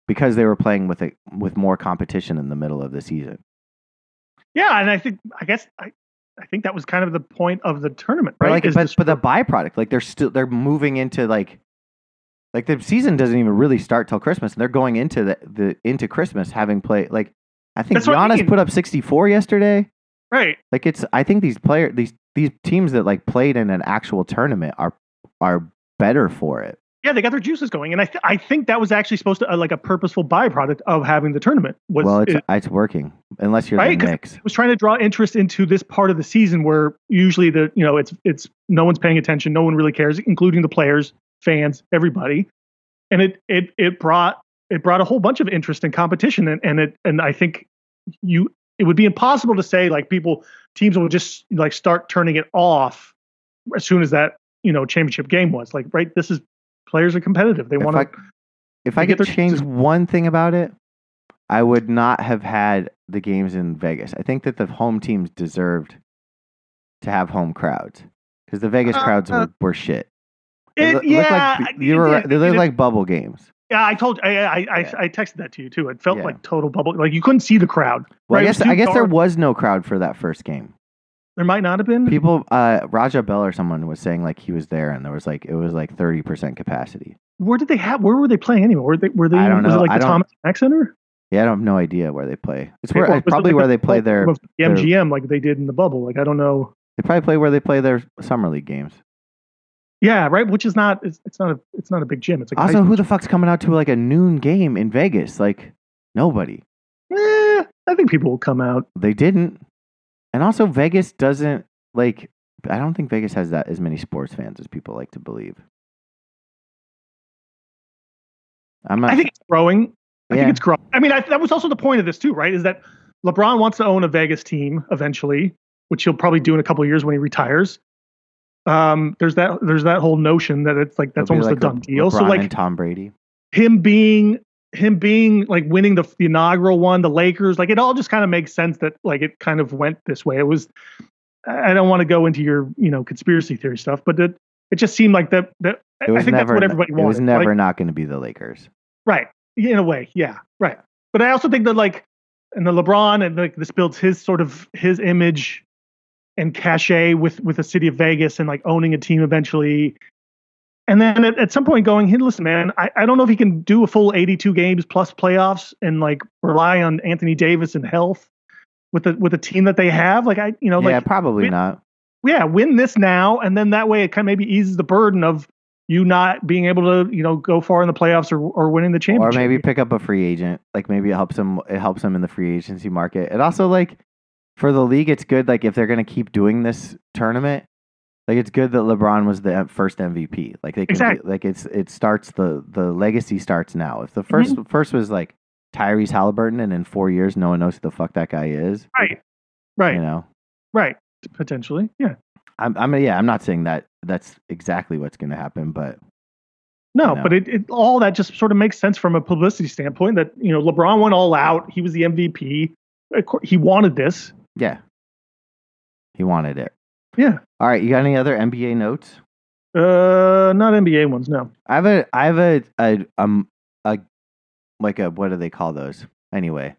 [SPEAKER 1] because they were playing with a with more competition in the middle of the season.
[SPEAKER 2] Yeah, and I think I guess I, I think that was kind of the point of the tournament, right?
[SPEAKER 1] But like,
[SPEAKER 2] Is
[SPEAKER 1] but,
[SPEAKER 2] this-
[SPEAKER 1] but the byproduct, like they're still they're moving into like, like the season doesn't even really start till Christmas, and they're going into the, the into Christmas having played. Like, I think
[SPEAKER 2] That's what I
[SPEAKER 1] Giannis
[SPEAKER 2] mean.
[SPEAKER 1] put up sixty four yesterday.
[SPEAKER 2] right.
[SPEAKER 1] Like, it's I think these player these these teams that like played in an actual tournament are are better for it.
[SPEAKER 2] Yeah, they got their juices going, and I th- I think that was actually supposed to uh, like a purposeful byproduct of having the tournament was
[SPEAKER 1] well, it's
[SPEAKER 2] it,
[SPEAKER 1] it's working unless you're
[SPEAKER 2] Right?
[SPEAKER 1] the
[SPEAKER 2] 'Cause-
[SPEAKER 1] Knicks.
[SPEAKER 2] was trying to draw interest into this part of the season where usually the you know it's it's no one's paying attention, no one really cares, including the players, fans, everybody, and it it it brought it brought a whole bunch of interest and competition, and and it and I think you it would be impossible to say like people teams will just like start turning it off as soon as that you know championship game was like right this is players are competitive they
[SPEAKER 1] If
[SPEAKER 2] want
[SPEAKER 1] I-
[SPEAKER 2] to
[SPEAKER 1] If
[SPEAKER 2] they
[SPEAKER 1] I
[SPEAKER 2] get
[SPEAKER 1] could
[SPEAKER 2] their
[SPEAKER 1] change
[SPEAKER 2] chances.
[SPEAKER 1] one thing about it, I would not have had the games in Vegas. I think that the home teams deserved to have home crowds because the Vegas
[SPEAKER 2] Uh,
[SPEAKER 1] crowds
[SPEAKER 2] uh,
[SPEAKER 1] were, were shit. They
[SPEAKER 2] it,
[SPEAKER 1] loo- looked
[SPEAKER 2] yeah
[SPEAKER 1] like,
[SPEAKER 2] I-
[SPEAKER 1] you were
[SPEAKER 2] yeah,
[SPEAKER 1] right. They
[SPEAKER 2] it-
[SPEAKER 1] looked like bubble games.
[SPEAKER 2] Yeah, I told I I, I,
[SPEAKER 1] Yeah.
[SPEAKER 2] I texted that to you too. It felt
[SPEAKER 1] Yeah.
[SPEAKER 2] like total bubble. Like you couldn't see the crowd.
[SPEAKER 1] Well,
[SPEAKER 2] Right,
[SPEAKER 1] I
[SPEAKER 2] it was
[SPEAKER 1] guess I
[SPEAKER 2] too
[SPEAKER 1] guess there
[SPEAKER 2] dark. Hmm.
[SPEAKER 1] was no crowd for that first game.
[SPEAKER 2] There might not have been.
[SPEAKER 1] People, uh, Raja Bell or someone was saying like he was there, and there was like it was like thirty percent capacity.
[SPEAKER 2] where did they have? Where were they playing anyway? Were they? Were they?
[SPEAKER 1] I don't
[SPEAKER 2] Was it
[SPEAKER 1] know.
[SPEAKER 2] like
[SPEAKER 1] I
[SPEAKER 2] the
[SPEAKER 1] don't-
[SPEAKER 2] Thomas Mack Center?
[SPEAKER 1] Yeah, I don't have no idea where they play. It's where
[SPEAKER 2] Or was
[SPEAKER 1] it's
[SPEAKER 2] it
[SPEAKER 1] probably
[SPEAKER 2] like
[SPEAKER 1] where they
[SPEAKER 2] the
[SPEAKER 1] play their
[SPEAKER 2] of the
[SPEAKER 1] their-
[SPEAKER 2] MGM like they did in the bubble. Like I don't know.
[SPEAKER 1] they probably play where they play their summer league games.
[SPEAKER 2] Yeah, right. Which is not. It's, it's not a. It's not a big gym. It's like
[SPEAKER 1] Also, who the fuck's coming out to like a noon game in Vegas? Like nobody.
[SPEAKER 2] Eh, I think people will come out.
[SPEAKER 1] They didn't. And also, Vegas doesn't like. I don't think Vegas has that as many sports fans as people like to believe. I'm not.
[SPEAKER 2] I think it's growing. I
[SPEAKER 1] Yeah.
[SPEAKER 2] think it's growing. I mean, I, that was also the point of this too, right? Is that LeBron wants to own a Vegas team eventually, which he'll probably do in a couple of years when he retires. Um, there's that there's that whole notion that it's like that's
[SPEAKER 1] it'll be
[SPEAKER 2] almost
[SPEAKER 1] like
[SPEAKER 2] a done
[SPEAKER 1] Le-
[SPEAKER 2] deal. so
[SPEAKER 1] LeBron
[SPEAKER 2] like
[SPEAKER 1] and Tom Brady.
[SPEAKER 2] him being him being like winning the, the inaugural one, the Lakers, like it all just kind of makes sense that like it kind of went this way. It was I I don't want to go into your you know conspiracy theory stuff, but it it just seemed like that that I-
[SPEAKER 1] It was
[SPEAKER 2] I think
[SPEAKER 1] never.
[SPEAKER 2] that's what everybody wanted.
[SPEAKER 1] it was
[SPEAKER 2] right?
[SPEAKER 1] never not going to be the Lakers.
[SPEAKER 2] Right. In a way, yeah. Right. But I also think that like and the LeBron and like this builds his sort of his image and cachet with with the city of Vegas and like owning a team eventually. And then at, at some point going, hey, listen, man, I, I don't know if he can do a full 82 games plus playoffs and like rely on Anthony Davis and health with the with the team that they have. Like I you know,
[SPEAKER 1] yeah,
[SPEAKER 2] like
[SPEAKER 1] probably
[SPEAKER 2] we-
[SPEAKER 1] not.
[SPEAKER 2] yeah, win this now, and then that way it kind of maybe eases the burden of you not being able to, you know, go far in the playoffs or, or winning the
[SPEAKER 1] Or
[SPEAKER 2] championship.
[SPEAKER 1] maybe pick up a free agent. Like maybe it helps them. It helps them in the free agency market. It also like for the league, it's good. Like if they're going to keep doing this tournament, like it's good that LeBron was the first MVP. Like they can be-
[SPEAKER 2] Exactly.
[SPEAKER 1] like it's it starts the the legacy starts now. If the 1st
[SPEAKER 2] Mm-hmm.
[SPEAKER 1] first was like Tyrese Halliburton, and in four years, no one knows who the fuck that guy is.
[SPEAKER 2] Right. Right.
[SPEAKER 1] You know,
[SPEAKER 2] Right. Potentially. Yeah.
[SPEAKER 1] I'm, I'm yeah, I'm not saying that that's exactly what's going to happen, but
[SPEAKER 2] No,
[SPEAKER 1] No.
[SPEAKER 2] but it, it all that just sort of makes sense from a publicity standpoint that, you know, LeBron went all out. He was the MVP. Of cour- He wanted this.
[SPEAKER 1] yeah, he wanted it.
[SPEAKER 2] Yeah.
[SPEAKER 1] All right, you got any other NBA notes?
[SPEAKER 2] Uh, not NBA ones, no.
[SPEAKER 1] I have a I have a, a um a like a what do they call those anyway?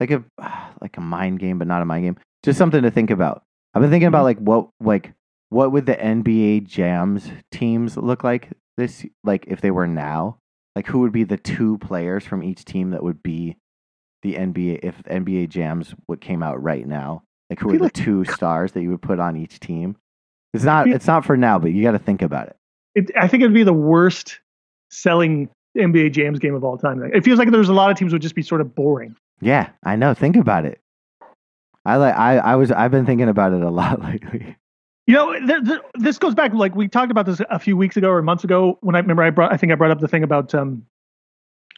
[SPEAKER 1] Like a like a mind game, but not a mind game. Just something to think about. I've been thinking about
[SPEAKER 2] Mhm.
[SPEAKER 1] like what like what would the NBA Jams teams look like this like if they were now? Like who would be the two players from each team that would be the NBA if NBA Jams what came out right now? Like who
[SPEAKER 2] Be
[SPEAKER 1] are the
[SPEAKER 2] like-
[SPEAKER 1] two stars that you would put on each team? It's not
[SPEAKER 2] Be-
[SPEAKER 1] it's not for now, but you got to think about it.
[SPEAKER 2] It, I think it'd be the worst selling NBA James game of all time. Like, It feels like there's a lot of teams would just be sort of boring.
[SPEAKER 1] Yeah, I know. Think about it. I like I, I was I've been thinking about it a lot lately.
[SPEAKER 2] You know, there, there, this goes back like we talked about this a few weeks ago or months ago when I remember I brought I think I brought up the thing about um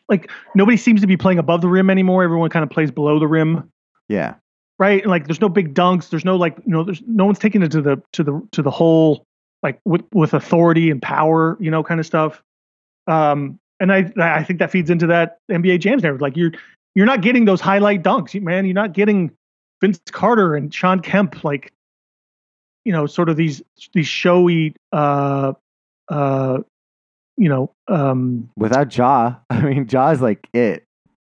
[SPEAKER 2] like nobody seems to be playing above the rim anymore. Everyone kind of plays below the rim,
[SPEAKER 1] Yeah.
[SPEAKER 2] right? And like there's no big dunks, there's no like you know, there's no one's taking it to the to the to the whole like with with authority and power, you know, kind of stuff. Um and I I think that feeds into that NBA Jams narrative. Like you're you're not getting those highlight dunks, you- man. You're not getting Vince Carter and Sean Kemp like you know sort of these these showy uh uh you know um
[SPEAKER 1] Without Jaw, I mean Jaw's like it.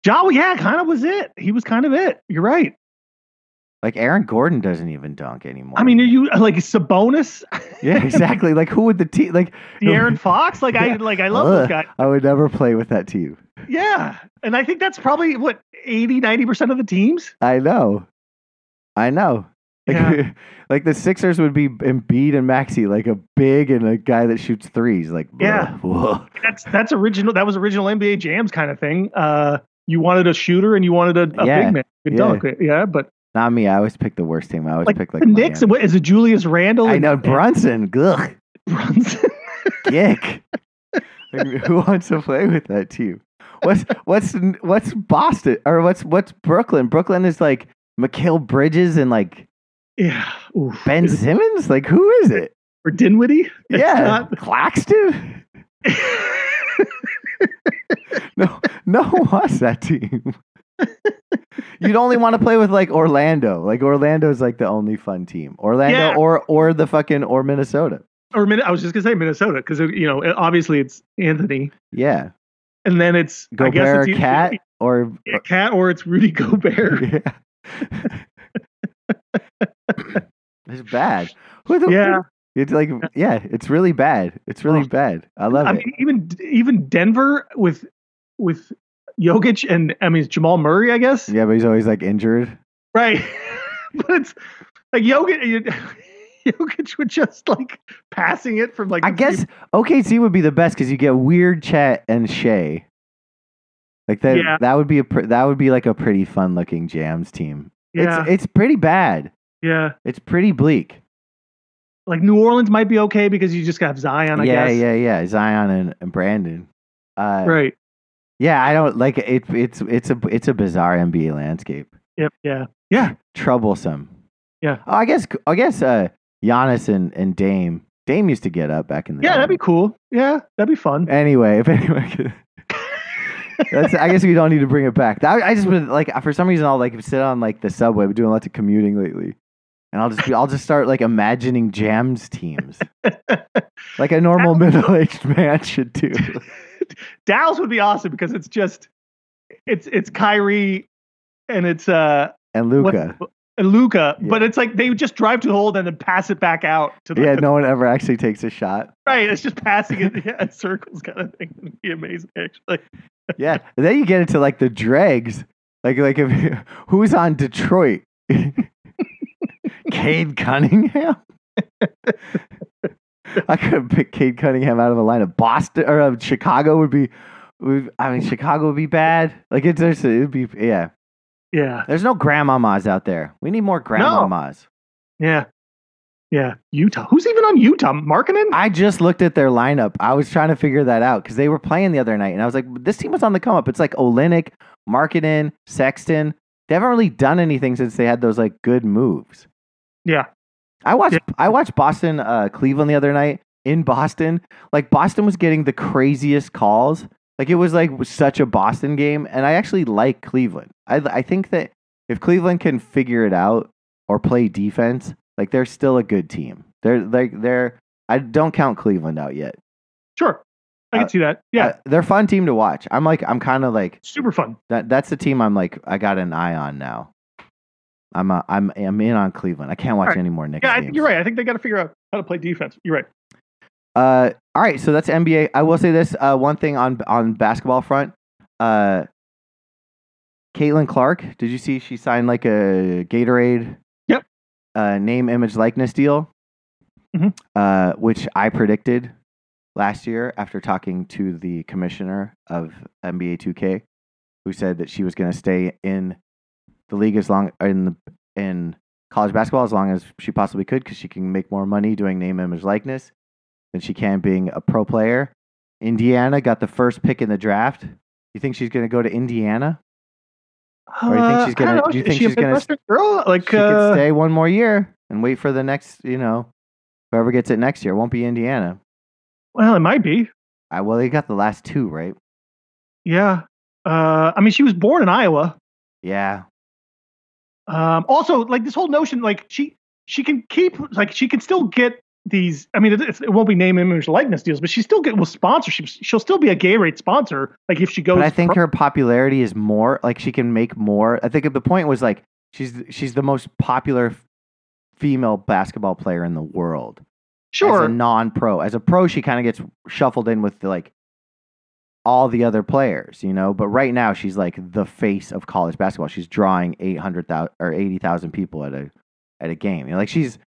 [SPEAKER 2] Jawa yeah kind of was it he was kind of it you're right
[SPEAKER 1] Like Aaron Gordon doesn't even dunk anymore.
[SPEAKER 2] I mean are you like Sabonis
[SPEAKER 1] yeah, exactly. Like who would the team like
[SPEAKER 2] De'Aaron Fox like I
[SPEAKER 1] Yeah.
[SPEAKER 2] like I love
[SPEAKER 1] Ugh.
[SPEAKER 2] those guys
[SPEAKER 1] I would never play with that team.
[SPEAKER 2] yeah and I think that's probably what 80 90% of the teams
[SPEAKER 1] I know. I know. Like,
[SPEAKER 2] Yeah.
[SPEAKER 1] like the Sixers would be Embiid and Maxi, like a big and a guy that shoots threes. Like
[SPEAKER 2] Yeah.
[SPEAKER 1] whoa.
[SPEAKER 2] that's that's original that was original NBA Jams kind of thing uh you wanted a shooter and you wanted a, a
[SPEAKER 1] Yeah.
[SPEAKER 2] big man you
[SPEAKER 1] Yeah.
[SPEAKER 2] could dunk yeah but
[SPEAKER 1] Not me. I always pick the worst team. I always
[SPEAKER 2] like,
[SPEAKER 1] pick like
[SPEAKER 2] the Knicks
[SPEAKER 1] Miami.
[SPEAKER 2] what, is it Julius Randle
[SPEAKER 1] I
[SPEAKER 2] and-
[SPEAKER 1] know
[SPEAKER 2] and
[SPEAKER 1] Brunson. Ugh.
[SPEAKER 2] Brunson
[SPEAKER 1] dick. Like, who wants to play with that team? What's what's what's Boston or what's what's Brooklyn? Brooklyn is like Mikhail Bridges and like
[SPEAKER 2] Yeah. Oof.
[SPEAKER 1] Ben
[SPEAKER 2] Is it
[SPEAKER 1] Simmons. Like who is it?
[SPEAKER 2] for Dinwiddie? It's
[SPEAKER 1] yeah,
[SPEAKER 2] not-
[SPEAKER 1] Claxton. No, no one wants that team. You'd only want to play with like Orlando. Like Orlando's like the only fun team. Orlando
[SPEAKER 2] Yeah.
[SPEAKER 1] or or the fucking or Minnesota.
[SPEAKER 2] or Min- I was just gonna say Minnesota because you know obviously it's Anthony,
[SPEAKER 1] Yeah,
[SPEAKER 2] and then it's I guess
[SPEAKER 1] Gobert
[SPEAKER 2] it's
[SPEAKER 1] or
[SPEAKER 2] either-
[SPEAKER 1] Cat or
[SPEAKER 2] yeah, Cat or it's Rudy Gobert.
[SPEAKER 1] Yeah. it's bad. Who the-
[SPEAKER 2] Yeah.
[SPEAKER 1] It's like yeah, it's really bad. It's really
[SPEAKER 2] Oh.
[SPEAKER 1] bad. I love
[SPEAKER 2] I
[SPEAKER 1] it.
[SPEAKER 2] mean even even Denver with with Jokic and I mean it's Jamal Murray I guess
[SPEAKER 1] yeah, but he's always like injured.
[SPEAKER 2] right, but it's like Jokic. Jokic would just like passing it from like
[SPEAKER 1] I
[SPEAKER 2] the
[SPEAKER 1] guess OKC would be the best because you get weird chat and Shea. Like that.
[SPEAKER 2] Yeah.
[SPEAKER 1] That would be a pr- that would be like a pretty fun looking jams team.
[SPEAKER 2] three- yeah
[SPEAKER 1] It's it's pretty bad.
[SPEAKER 2] yeah
[SPEAKER 1] It's pretty bleak.
[SPEAKER 2] like New Orleans might be okay because you just have Zion I
[SPEAKER 1] yeah,
[SPEAKER 2] guess
[SPEAKER 1] yeah, yeah. Zion and, and Brandon. Uh,
[SPEAKER 2] right
[SPEAKER 1] Yeah, I don't like it. It's it's a it's a bizarre NBA landscape.
[SPEAKER 2] yep yeah
[SPEAKER 1] troublesome.
[SPEAKER 2] Yeah.
[SPEAKER 1] Oh, I guess I guess uh Giannis and, and Dame. Dame used to get up back in the
[SPEAKER 2] Yeah,
[SPEAKER 1] day.
[SPEAKER 2] that'd be cool. Yeah, that'd be fun.
[SPEAKER 1] anyway, if anyone could- That's, I guess we don't need to bring it back. I, I just been like for some reason I'll like sit on like the subway. I've been doing lots of commuting lately, and I'll just be, I'll just start like imagining jams teams, like a normal middle aged man should do.
[SPEAKER 2] Dallas would be awesome because it's just it's it's Kyrie and it's uh
[SPEAKER 1] And
[SPEAKER 2] what-
[SPEAKER 1] Luca,
[SPEAKER 2] and Luca,
[SPEAKER 1] Yeah.
[SPEAKER 2] but it's like they just drive to the hole and then pass it back out to the
[SPEAKER 1] yeah, no one ever actually takes a shot.
[SPEAKER 2] right. It's just passing it yeah, in circles kind of thing. It'd be amazing actually.
[SPEAKER 1] Yeah, and then you get into like the dregs, like like if you- who's on Detroit, Cade Cunningham. I could have picked Cade Cunningham out of a lineup. Boston or of Chicago would be, would, I mean Chicago would be bad. Like it's just it'd be yeah.
[SPEAKER 2] Yeah,
[SPEAKER 1] There's no grandmamas out there. We need more grandmamas.
[SPEAKER 2] yeah. Yeah. Utah. Who's even on Utah? Markinen?
[SPEAKER 1] I just looked at their lineup. I was trying to figure that out because they were playing the other night, and I was like, this team was on the come up. It's like Olenek, Markkinen, Sexton. They haven't really done anything since they had those like good moves.
[SPEAKER 2] Yeah.
[SPEAKER 1] I watched I watched Boston uh, Cleveland the other night in Boston. Like Boston was getting the craziest calls. Like it was like such a Boston game, and I actually like Cleveland. I I think that if Cleveland can figure it out or play defense, like they're still a good team. They're like they're I don't count Cleveland out yet.
[SPEAKER 2] Sure. I can
[SPEAKER 1] Uh,
[SPEAKER 2] see that. Yeah.
[SPEAKER 1] Uh, they're a fun team to watch. I'm like I'm kind of like
[SPEAKER 2] super fun.
[SPEAKER 1] that. That's the team I'm like I got an eye on now. I'm uh, I'm I'm in on Cleveland. I can't watch
[SPEAKER 2] All right.
[SPEAKER 1] any more Knicks
[SPEAKER 2] Yeah, I
[SPEAKER 1] games.
[SPEAKER 2] think you're right. I think they got to figure out how to play defense. You're right.
[SPEAKER 1] Uh, all right, so that's NBA. I will say this uh, one thing on on basketball front. Uh, Caitlin Clark, did you see she signed like a Gatorade?
[SPEAKER 2] Yep.
[SPEAKER 1] Uh, name, image, likeness deal,
[SPEAKER 2] Mhm.
[SPEAKER 1] uh, which I predicted last year after talking to the commissioner of NBA 2K, who said that she was going to stay in the league as long in the in college basketball as long as she possibly could because she can make more money doing name, image, likeness than she can being a pro player. Indiana got the first pick in the draft. You think she's going to go to Indiana? Or you think she's
[SPEAKER 2] Uh, I don't
[SPEAKER 1] gonna-
[SPEAKER 2] know.
[SPEAKER 1] do you
[SPEAKER 2] Is
[SPEAKER 1] think
[SPEAKER 2] she a
[SPEAKER 1] she's gonna-
[SPEAKER 2] Midwestern girl? Like,
[SPEAKER 1] she
[SPEAKER 2] uh,
[SPEAKER 1] could stay one more year and wait for the next, you know, whoever gets it next year. It won't be Indiana.
[SPEAKER 2] well, it might be.
[SPEAKER 1] I, well, they got the last two, right?
[SPEAKER 2] Yeah. Uh, I mean, she was born in Iowa.
[SPEAKER 1] Yeah.
[SPEAKER 2] Um, also, like this whole notion, like she she can keep like she can still get these. I mean, it, it's- it won't be name, image, likeness deals, but she still get will sponsorships. She'll still be a gay rate sponsor. Like if she goes,
[SPEAKER 1] But I think
[SPEAKER 2] pro-
[SPEAKER 1] her popularity is more like she can make more. I think the point was like she's she's the most popular f- female basketball player in the world.
[SPEAKER 2] sure.
[SPEAKER 1] as a non-pro. As a pro, she kind of gets shuffled in with like all the other players, you know. But right now, she's like the face of college basketball. She's drawing eight hundred thousand or eighty thousand people at a at a game. You know, like she's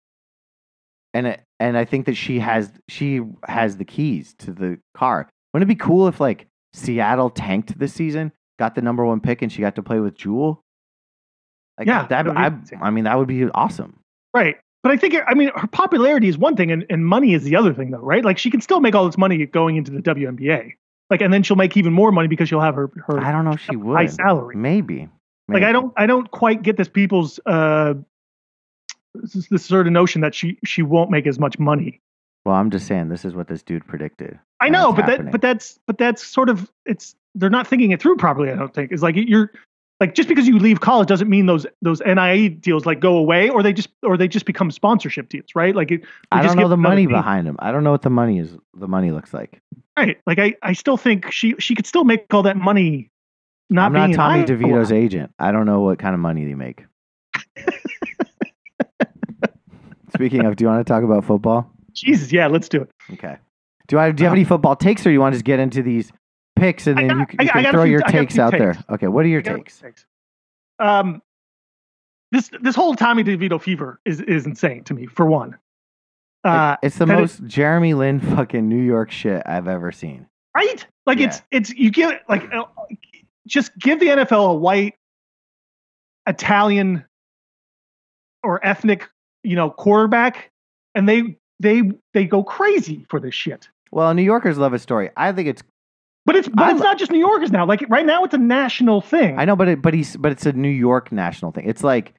[SPEAKER 1] and it- and I think that she has she has the keys to the car. Wouldn't it be cool if like Seattle tanked this season, got the number one pick, and she got to play with Jewel? Like,
[SPEAKER 2] Yeah,
[SPEAKER 1] that,
[SPEAKER 2] that would be
[SPEAKER 1] I,
[SPEAKER 2] amazing.
[SPEAKER 1] I mean, that would be awesome.
[SPEAKER 2] Right. But I think, I mean, her popularity is one thing and, and money is the other thing, though, right? Like, she can still make all this money going into the WNBA. Like, and then she'll make even more money because she'll have her, her
[SPEAKER 1] I don't know if she
[SPEAKER 2] high
[SPEAKER 1] would.
[SPEAKER 2] salary.
[SPEAKER 1] Maybe.
[SPEAKER 2] Like,
[SPEAKER 1] Maybe.
[SPEAKER 2] I don't, I don't quite get this people's, uh, this, this sort of notion that she, she won't make as much money.
[SPEAKER 1] Well, I'm just saying this is what this dude predicted.
[SPEAKER 2] I
[SPEAKER 1] And
[SPEAKER 2] know,
[SPEAKER 1] it's
[SPEAKER 2] but
[SPEAKER 1] happening.
[SPEAKER 2] that, but that's, but that's sort of, it's, they're not thinking it through properly, I don't think. It's like, you're, like just because you leave college doesn't mean those those NIA deals like go away or they just or they just become sponsorship deals, right? Like it,
[SPEAKER 1] I
[SPEAKER 2] just
[SPEAKER 1] don't know
[SPEAKER 2] give
[SPEAKER 1] the
[SPEAKER 2] them another
[SPEAKER 1] money
[SPEAKER 2] team.
[SPEAKER 1] behind him. I don't know what the money is. The money looks like.
[SPEAKER 2] Right. Like I, I still think she she could still make all that money. Not
[SPEAKER 1] I'm not
[SPEAKER 2] being
[SPEAKER 1] Tommy
[SPEAKER 2] in Iowa.
[SPEAKER 1] DeVito's agent. I don't know what kind of money they make. Speaking of, do you want to talk about football?
[SPEAKER 2] Jesus, yeah, let's do it.
[SPEAKER 1] Okay. Do I do you have any football takes, or you want to just get into these picks and
[SPEAKER 2] I
[SPEAKER 1] then
[SPEAKER 2] got-
[SPEAKER 1] you, c-
[SPEAKER 2] I
[SPEAKER 1] you
[SPEAKER 2] got- I
[SPEAKER 1] can
[SPEAKER 2] got a
[SPEAKER 1] throw
[SPEAKER 2] few-
[SPEAKER 1] your
[SPEAKER 2] I got a
[SPEAKER 1] takes
[SPEAKER 2] few
[SPEAKER 1] out there?
[SPEAKER 2] takes.
[SPEAKER 1] Okay. What are your
[SPEAKER 2] I got-
[SPEAKER 1] takes?
[SPEAKER 2] Um, this this whole Tommy DeVito fever is is insane to me. For one, uh,
[SPEAKER 1] It- it's the
[SPEAKER 2] that
[SPEAKER 1] most Jeremy Lin fucking New York shit I've ever seen.
[SPEAKER 2] right? Like
[SPEAKER 1] Yeah. Mm-hmm.
[SPEAKER 2] it's it's you give it like uh, just give the NFL a white Italian or ethnic you know quarterback, and they they they go crazy for this shit.
[SPEAKER 1] Well, New Yorkers love a story. I think it's
[SPEAKER 2] But it's but
[SPEAKER 1] I
[SPEAKER 2] it's
[SPEAKER 1] lo-
[SPEAKER 2] not just New Yorkers now. Like right now, it's a national thing.
[SPEAKER 1] I know, but it, but he's but it's a New York national thing. It's like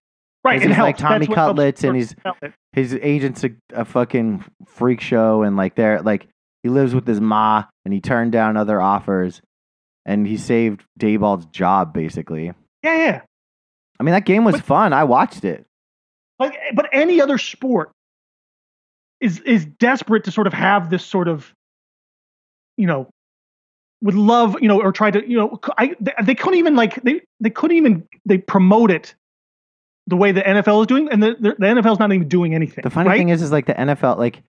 [SPEAKER 2] right?
[SPEAKER 1] Because he's like Tommy
[SPEAKER 2] That's what helps
[SPEAKER 1] Cutlets and
[SPEAKER 2] for-
[SPEAKER 1] he's-
[SPEAKER 2] help it.
[SPEAKER 1] his agent's a, a fucking freak show, and like they're like he lives with his ma, and he turned down other offers, and he saved Dayball's job basically.
[SPEAKER 2] yeah, yeah.
[SPEAKER 1] I mean, that game was
[SPEAKER 2] But-
[SPEAKER 1] fun. I watched it.
[SPEAKER 2] Like, eh, but any other sport is is desperate to sort of have this sort of, you know, would love you know or try to you know c- I they, they couldn't even like they they couldn't even they promote it the way the NFL is doing and the the, the NFL's not even doing anything.
[SPEAKER 1] The funny
[SPEAKER 2] right?
[SPEAKER 1] thing is, is like the NFL, like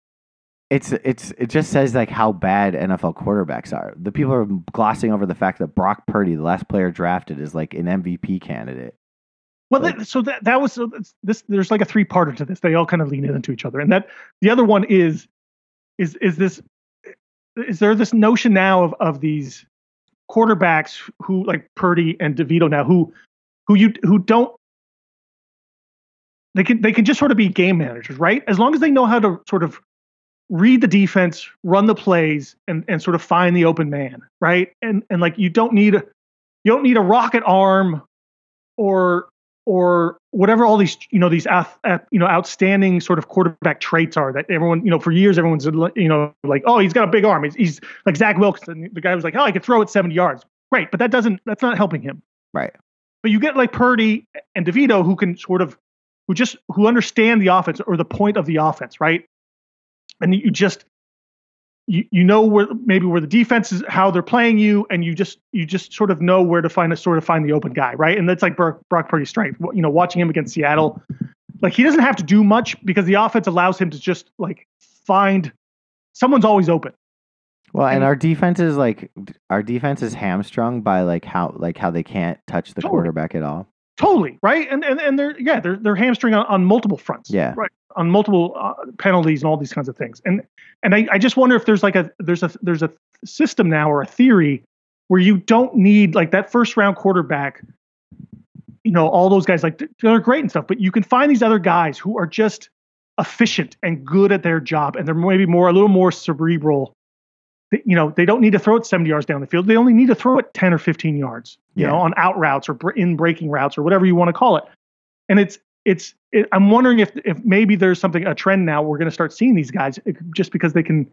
[SPEAKER 1] it's it's it just says like how bad NFL quarterbacks are. The people are glossing over the fact that Brock Purdy, the last player drafted, is like an MVP candidate.
[SPEAKER 2] Well,
[SPEAKER 1] Like-
[SPEAKER 2] that, so that that was so that's- this. There's like a three parter to this. They all kind of lean into each other, and that the other one is is is this is there this notion now of of these quarterbacks who like Purdy and Devito now who who you who don't they can they can just sort of be game managers, right? As long as they know how to sort of read the defense, run the plays, and and sort of find the open man, right? And and like you don't need a you don't need a rocket arm or or whatever all these you know these ath- ath- you know outstanding sort of quarterback traits are that everyone you know for years everyone's you know like oh he's got a big arm he's, he's like Zach Wilson the guy was like oh I could throw it 70 yards great but that doesn't that's not helping him
[SPEAKER 1] Right.
[SPEAKER 2] but you get like Purdy and DeVito who can sort of who just who understand the offense or the point of the offense, right? And you just you you know where maybe where the defense is how they're playing you, and you just you just sort of know where to find a sort of find the open guy, right? And that's like Brock, Brock Purdy's strength. Wh- You know, watching him against Seattle, like he doesn't have to do much because the offense allows him to just like find someone's always open.
[SPEAKER 1] Well, and
[SPEAKER 2] And-
[SPEAKER 1] our defense is like d- our defense is hamstrung by like how like how they can't touch the
[SPEAKER 2] Totally.
[SPEAKER 1] quarterback at all.
[SPEAKER 2] Totally, right? And and and they're yeah, they're they're hamstring on, on multiple fronts.
[SPEAKER 1] Yeah.
[SPEAKER 2] Right. On multiple uh, penalties and all these kinds of things. And and I, I just wonder if there's like a there's a there's a system now or a theory where you don't need like that first round quarterback you know all those guys like they're great and stuff but you can find these other guys who are just efficient and good at their job and they're maybe more a little more cerebral That, you know they don't need to throw it 70 yards down the field they only need to throw it 10 or 15 yards you
[SPEAKER 1] Yeah.
[SPEAKER 2] know on out routes or br- in breaking routes or whatever you want to call it and it's it's it, i'm wondering if if maybe there's something a trend now we're going to start seeing these guys uh, just because they can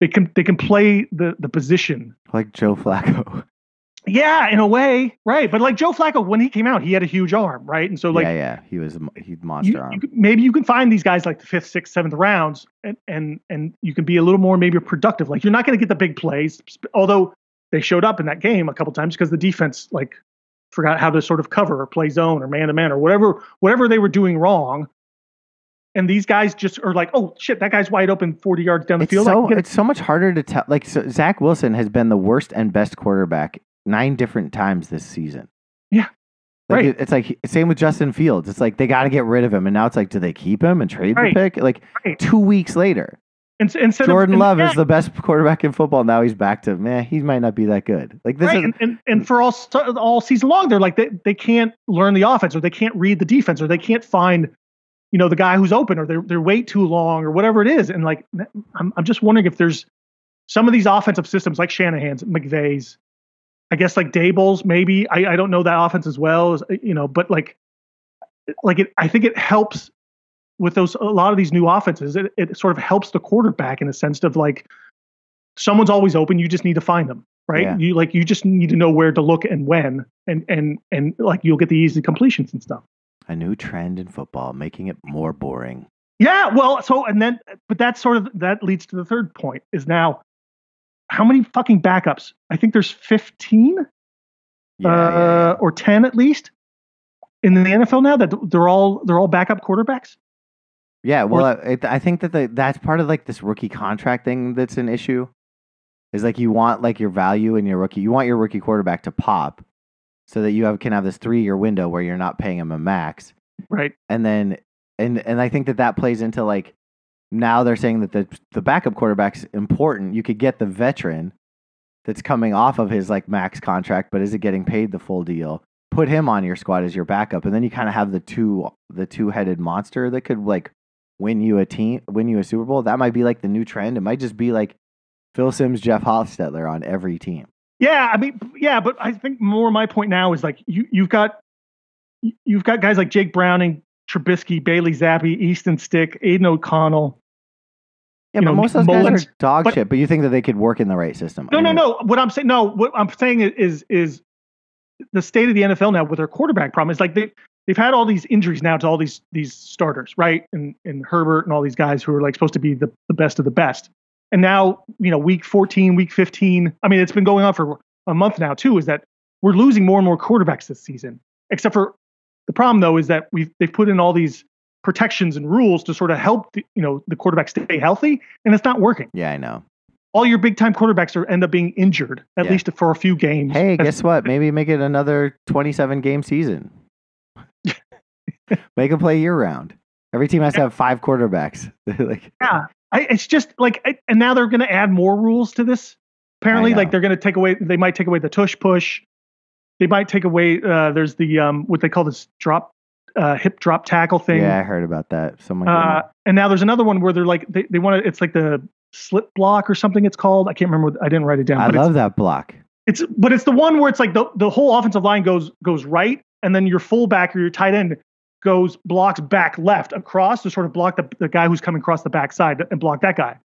[SPEAKER 2] they can they can play the the position
[SPEAKER 1] Like Joe Flacco.
[SPEAKER 2] yeah, in a way, right. But like Joe Flacco, when he came out, he had a huge arm, right? And so like
[SPEAKER 1] yeah, yeah. He was a mo- he monster
[SPEAKER 2] you- you
[SPEAKER 1] arm.
[SPEAKER 2] could- maybe you can find these guys like the fifth, sixth, seventh rounds, and and and you can be a little more maybe productive. Like you're not going to get the big plays, sp- although they showed up in that game a couple times because the defense like forgot how to sort of cover or play zone or man to man or whatever whatever they were doing wrong. And these guys just are like, oh shit, that guy's wide open forty yards down the
[SPEAKER 1] it's
[SPEAKER 2] field. I can
[SPEAKER 1] so
[SPEAKER 2] get a
[SPEAKER 1] it's so much harder to tell. Like so Zach Wilson has been the worst and best quarterback nine different times this season.
[SPEAKER 2] Yeah.
[SPEAKER 1] Like,
[SPEAKER 2] Right.
[SPEAKER 1] it- It's like same with Justin Fields. It's like they got to get rid of him, and now it's like, do they keep him and trade
[SPEAKER 2] Right.
[SPEAKER 1] the pick? Like
[SPEAKER 2] Right.
[SPEAKER 1] two weeks later,
[SPEAKER 2] and, instead of-
[SPEAKER 1] Jordan
[SPEAKER 2] and-
[SPEAKER 1] Love
[SPEAKER 2] yeah.
[SPEAKER 1] is the best quarterback in football. Now he's back to man. He might not be that good. Like this
[SPEAKER 2] right.
[SPEAKER 1] is
[SPEAKER 2] and, and and for all st- all season long, they're like they, they can't learn the offense or they can't read the defense or they can't find, you know, the guy who's open or they're they're wait too long or whatever it is. And like I'm I'm just wondering if there's some of these offensive systems like Shanahan's, McVay's, I guess like Dable's maybe. I, I don't know that offense as well as you know, but like like it I think it helps with those a lot of these new offenses. It it sort of helps the quarterback in a sense of like someone's always open, you just need to find them. Right.
[SPEAKER 1] Yeah.
[SPEAKER 2] You like you just need to know where to look and when and and and like you'll get the easy completions and stuff.
[SPEAKER 1] a new trend in football, making it more boring.
[SPEAKER 2] Yeah, well, so and then, but that's sort of that leads to the third point is now, how many fucking backups? I think there's 15
[SPEAKER 1] Yeah, yeah,
[SPEAKER 2] uh,
[SPEAKER 1] yeah.
[SPEAKER 2] or 10 at least in the NFL now that they're all they're all backup quarterbacks.
[SPEAKER 1] Yeah, well, I- it, I think that the, that's part of like this rookie contract thing that's an issue. Is like you want like your value in your rookie, you want your rookie quarterback to pop, so that you have can have this three year window where you're not paying him a max,
[SPEAKER 2] Right.
[SPEAKER 1] and then and and I think that that plays into like now they're saying that the the backup quarterback's important. You could get the veteran that's coming off of his like max contract, but isn't getting paid the full deal. Put him on your squad as your backup, and then you kind of have the two the two headed monster that could like win you a team, win you a Super Bowl. That might be like the new trend. It might just be like Phil Sims, Jeff Hofstetler on every team.
[SPEAKER 2] Yeah, I mean, yeah, but I think more my point now is like you you've got you've got guys like Jake Browning, Trubisky, Bailey Zappi, Easton Stick, Aiden O'Connell.
[SPEAKER 1] Yeah,
[SPEAKER 2] You
[SPEAKER 1] but
[SPEAKER 2] know,
[SPEAKER 1] most of those guys
[SPEAKER 2] Mullins-
[SPEAKER 1] are dog
[SPEAKER 2] but-
[SPEAKER 1] shit. But you think that they could work in the right system?
[SPEAKER 2] No,
[SPEAKER 1] I
[SPEAKER 2] no,
[SPEAKER 1] mean,
[SPEAKER 2] no. What I'm saying, no, what I'm saying is, is, is the state of the NFL now with their quarterback problem is like they they've had all these injuries now to all these these starters, right? And and Herbert and all these guys who are like supposed to be the, the best of the best. And now, you know, week 14, week 15, I mean, it's been going on for a month now too, is that we're losing more and more quarterbacks this season. Except for the problem though is that we've they've put in all these protections and rules to sort of help the, you know the quarterback stay healthy and it's not working
[SPEAKER 1] Yeah, I know.
[SPEAKER 2] all your big time quarterbacks are end up being injured at
[SPEAKER 1] Yeah.
[SPEAKER 2] least for a few games.
[SPEAKER 1] Hey,
[SPEAKER 2] That's-
[SPEAKER 1] guess what? Maybe make it another 27 game season. make them play year round. Every team has to have five quarterbacks. like,
[SPEAKER 2] I, it's just like, I, and now they're going to add more rules to this. Apparently,
[SPEAKER 1] know.
[SPEAKER 2] like they're going to take away. They might take away the tush push. They might take away. Uh, there's the um, what they call this drop, uh, hip drop tackle thing.
[SPEAKER 1] yeah, I heard about that. Someone,
[SPEAKER 2] Uh,
[SPEAKER 1] uh,
[SPEAKER 2] and now there's another one where they're like they, they want to. It's like the slip block or something. It's called. I can't remember. What, I didn't write it down.
[SPEAKER 1] I
[SPEAKER 2] but it's-
[SPEAKER 1] love that block.
[SPEAKER 2] it's but it's the one where it's like the, the whole offensive line goes goes right and then your fullback or your tight end goes blocks back left across to sort of block the, the guy who's coming across the backside and block that guy,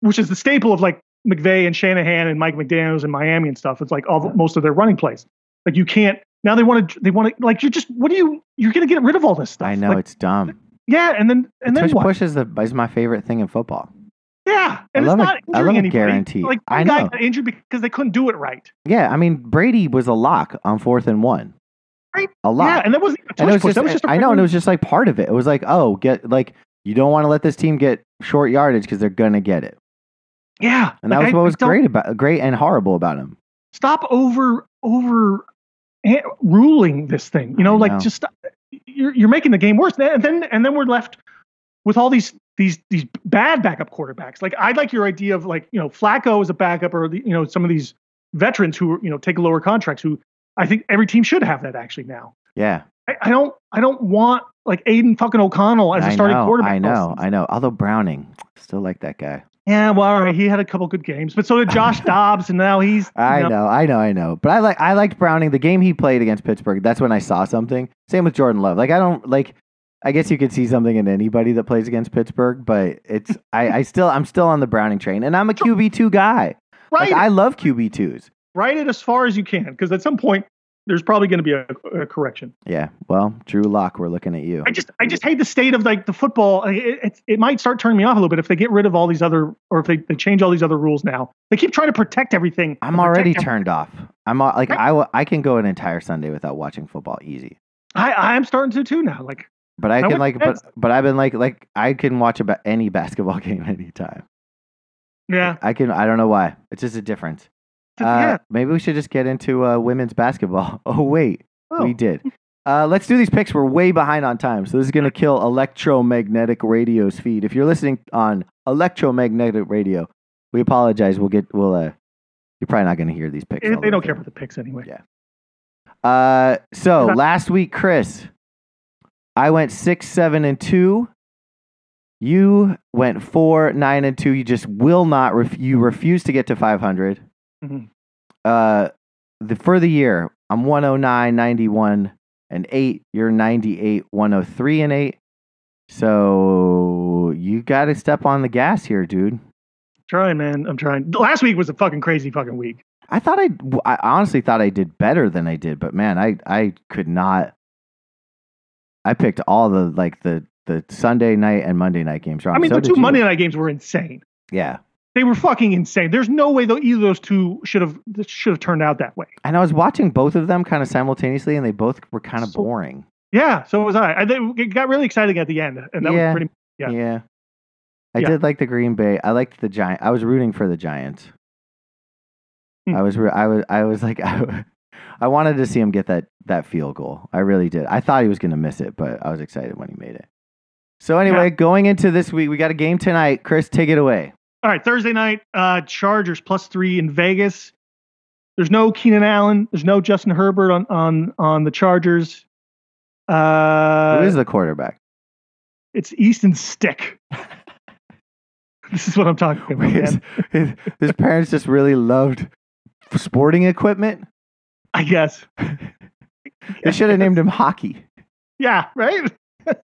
[SPEAKER 2] which is the staple of like McVay and Shanahan and Mike McDaniels and Miami and stuff. It's like all most of their running plays. Like you can't now they want to they want to like you're just what do you you're gonna get rid of all this stuff.
[SPEAKER 1] I know
[SPEAKER 2] Like,
[SPEAKER 1] it's dumb.
[SPEAKER 2] yeah, and then and then
[SPEAKER 1] Tush
[SPEAKER 2] what?
[SPEAKER 1] push is the is my favorite thing in football.
[SPEAKER 2] Yeah, and
[SPEAKER 1] love it-
[SPEAKER 2] it's not
[SPEAKER 1] I love
[SPEAKER 2] injuring
[SPEAKER 1] it
[SPEAKER 2] anybody.
[SPEAKER 1] guaranteed.
[SPEAKER 2] Like
[SPEAKER 1] I
[SPEAKER 2] one guy
[SPEAKER 1] know.
[SPEAKER 2] got injured because they couldn't do it right.
[SPEAKER 1] Yeah, I mean Brady was a lock on fourth and one.
[SPEAKER 2] Right?
[SPEAKER 1] A lock.
[SPEAKER 2] Yeah, and that wasn't even a
[SPEAKER 1] and
[SPEAKER 2] touch
[SPEAKER 1] it was
[SPEAKER 2] push.
[SPEAKER 1] just,
[SPEAKER 2] that was just a
[SPEAKER 1] I know, and it
[SPEAKER 2] regular-
[SPEAKER 1] was just like part of it. It was like, oh, get like you don't want to let this team get short yardage because they're gonna get it,
[SPEAKER 2] yeah.
[SPEAKER 1] and that
[SPEAKER 2] Like,
[SPEAKER 1] was
[SPEAKER 2] I-
[SPEAKER 1] what
[SPEAKER 2] I
[SPEAKER 1] was
[SPEAKER 2] don't-
[SPEAKER 1] great about great and horrible about him.
[SPEAKER 2] Stop over over eh, ruling this thing. You know,
[SPEAKER 1] I
[SPEAKER 2] like
[SPEAKER 1] know.
[SPEAKER 2] just uh, you're you're making the game worse. And then and then we're left with all these these these bad backup quarterbacks. Like I'd like your idea of like you know Flacco as a backup or the, you know some of these veterans who you know take lower contracts who. I think every team should have that actually now.
[SPEAKER 1] Yeah,
[SPEAKER 2] I, I don't. I don't want like Aiden fucking O'Connell as a
[SPEAKER 1] I
[SPEAKER 2] starting
[SPEAKER 1] know,
[SPEAKER 2] quarterback.
[SPEAKER 1] I
[SPEAKER 2] all
[SPEAKER 1] know,
[SPEAKER 2] season.
[SPEAKER 1] I know. Although Browning, still like that guy.
[SPEAKER 2] Yeah, well, all right. He had a couple good games, but so did Josh Dobbs, and now he's. you
[SPEAKER 1] I know, I know, I know. But I like I liked Browning. The game he played against Pittsburgh, that's when I saw something. Same with Jordan Love. Like I don't like I guess you could see something in anybody that plays against Pittsburgh, but it's I, I still I'm still on the Browning train and I'm a QB two guy.
[SPEAKER 2] Right,
[SPEAKER 1] Like I love QB twos.
[SPEAKER 2] write it as far as you can because at some point there's probably going to be a, a correction
[SPEAKER 1] Yeah. Well, Drew Lock, we're looking at you.
[SPEAKER 2] i just i just hate the state of like the football Like, it, it, it might start turning me off a little bit if they get rid of all these other or if they, they change all these other rules now they keep trying to protect everything
[SPEAKER 1] I'm
[SPEAKER 2] and
[SPEAKER 1] already
[SPEAKER 2] protect
[SPEAKER 1] turned off. I'm all, like
[SPEAKER 2] Right.
[SPEAKER 1] I will- I can go an entire Sunday without watching football easy.
[SPEAKER 2] every- i i'm starting to too now like
[SPEAKER 1] But I
[SPEAKER 2] I
[SPEAKER 1] can
[SPEAKER 2] would-
[SPEAKER 1] like but but I've been like like I can watch about any basketball game anytime.
[SPEAKER 2] yeah
[SPEAKER 1] I can I don't know why. It's just a difference. Uh,
[SPEAKER 2] yeah
[SPEAKER 1] Maybe we should just get into uh, women's basketball. Oh, wait.
[SPEAKER 2] Oh.
[SPEAKER 1] We did. Uh, let's do these picks. We're way behind on time. So this is going to kill electromagnetic radio's feed. If you're listening on electromagnetic radio, we apologize. We'll get, we'll, uh, you're probably not going to hear these picks.
[SPEAKER 2] It-
[SPEAKER 1] all
[SPEAKER 2] they
[SPEAKER 1] the
[SPEAKER 2] don't
[SPEAKER 1] way
[SPEAKER 2] care
[SPEAKER 1] through.
[SPEAKER 2] about the picks anyway
[SPEAKER 1] Yeah. Uh, so
[SPEAKER 2] They're not-
[SPEAKER 1] last week, Chris, I went six, seven, and two. You went four, nine, and two. You just will not. Ref- you refuse to get to five hundred.
[SPEAKER 2] Mhm.
[SPEAKER 1] Uh, the for the year, I'm one hundred nine, ninety one, and eight. You're ninety eight, one hundred three, and eight. So you got to step on the gas here, dude.
[SPEAKER 2] trying man i'm trying last week was a fucking crazy fucking week
[SPEAKER 1] I thought I, I honestly thought I did better than I did, but man, I, I could not. I picked all the like the the Sunday night and Monday night games wrong.
[SPEAKER 2] i mean
[SPEAKER 1] So
[SPEAKER 2] the
[SPEAKER 1] did
[SPEAKER 2] two
[SPEAKER 1] you.
[SPEAKER 2] monday night games were insane
[SPEAKER 1] Yeah,
[SPEAKER 2] they were fucking insane there's no way though either of those two should have should have turned out that way
[SPEAKER 1] and I was watching both of them kind of simultaneously, and they both were kind of
[SPEAKER 2] So-
[SPEAKER 1] boring.
[SPEAKER 2] Yeah, so was I. I think it got really exciting at the end, and that
[SPEAKER 1] Yeah.
[SPEAKER 2] was pretty.
[SPEAKER 1] Yeah,
[SPEAKER 2] Yeah.
[SPEAKER 1] I
[SPEAKER 2] Yeah.
[SPEAKER 1] did like the Green Bay. I liked the Giant. I was rooting for the Giants.
[SPEAKER 2] Hmm.
[SPEAKER 1] I was, re- I was, I was like, I, wanted to see him get that that field goal. I really did. I thought he was going to miss it, but I was excited when he made it. So anyway, going into this week, we got a game tonight. Chris, take it away.
[SPEAKER 2] All right, Thursday night, uh, Chargers plus three in Vegas. There's no Keenan Allen. There's no Justin Herbert on on on the Chargers. Uh,
[SPEAKER 1] Who is the quarterback?
[SPEAKER 2] It's Easton Stick. this is what I'm talking about.
[SPEAKER 1] His,
[SPEAKER 2] Man.
[SPEAKER 1] his, his parents just really loved sporting equipment.
[SPEAKER 2] I guess.
[SPEAKER 1] They should have named him Hockey.
[SPEAKER 2] Yeah. Right.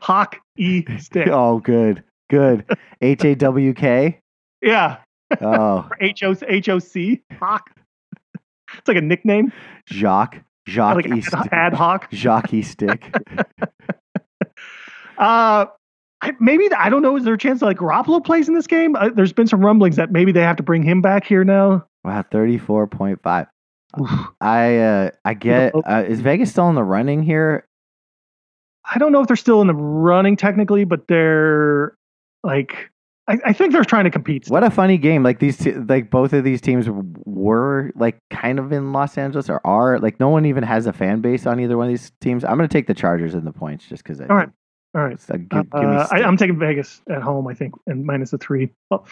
[SPEAKER 2] Hawk E Stick.
[SPEAKER 1] Oh, good, good. H A W K.
[SPEAKER 2] Yeah.
[SPEAKER 1] Oh,
[SPEAKER 2] H O H O C. Hawk. It's like a nickname.
[SPEAKER 1] Jacques, Jacques
[SPEAKER 2] Like
[SPEAKER 1] East,
[SPEAKER 2] ad, ad hoc.
[SPEAKER 1] Jacques Stick.
[SPEAKER 2] Uh, I, maybe I don't know. Is there a chance that like Garoppolo plays in this game? Uh, there's been some rumblings that maybe they have to bring him back here now.
[SPEAKER 1] Wow, thirty-four point five. I uh, I get. Uh, is Vegas still in the running here?
[SPEAKER 2] I don't know if they're still in the running technically, but they're like I, I think they're trying to compete.
[SPEAKER 1] What a funny game! Like these, t- like both of these teams were like kind of in Los Angeles or are like no one even has a fan base on either one of these teams. I'm gonna take the Chargers and the points just because.
[SPEAKER 2] All right. All right. Uh, I, I'm taking Vegas at home, I think, and minus the three. Well,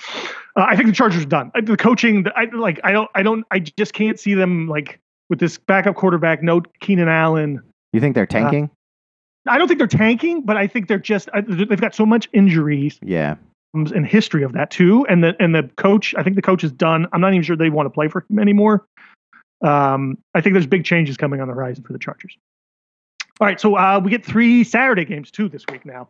[SPEAKER 2] uh, I think the Chargers are done. I, the coaching, the, I like, I don't, I don't, I just can't see them like with this backup quarterback, no Keenan Allen.
[SPEAKER 1] you think
[SPEAKER 2] Uh.
[SPEAKER 1] they're tanking?
[SPEAKER 2] I don't think they're tanking, but I think they're just I, they've got so much injuries
[SPEAKER 1] yeah.
[SPEAKER 2] problems and um, history of that too. And the and the coach, I think the coach is done. I'm not even sure they want to play for him anymore. Um, I think there's big changes coming on the horizon for the Chargers. All right, so uh, we get three Saturday games too this week now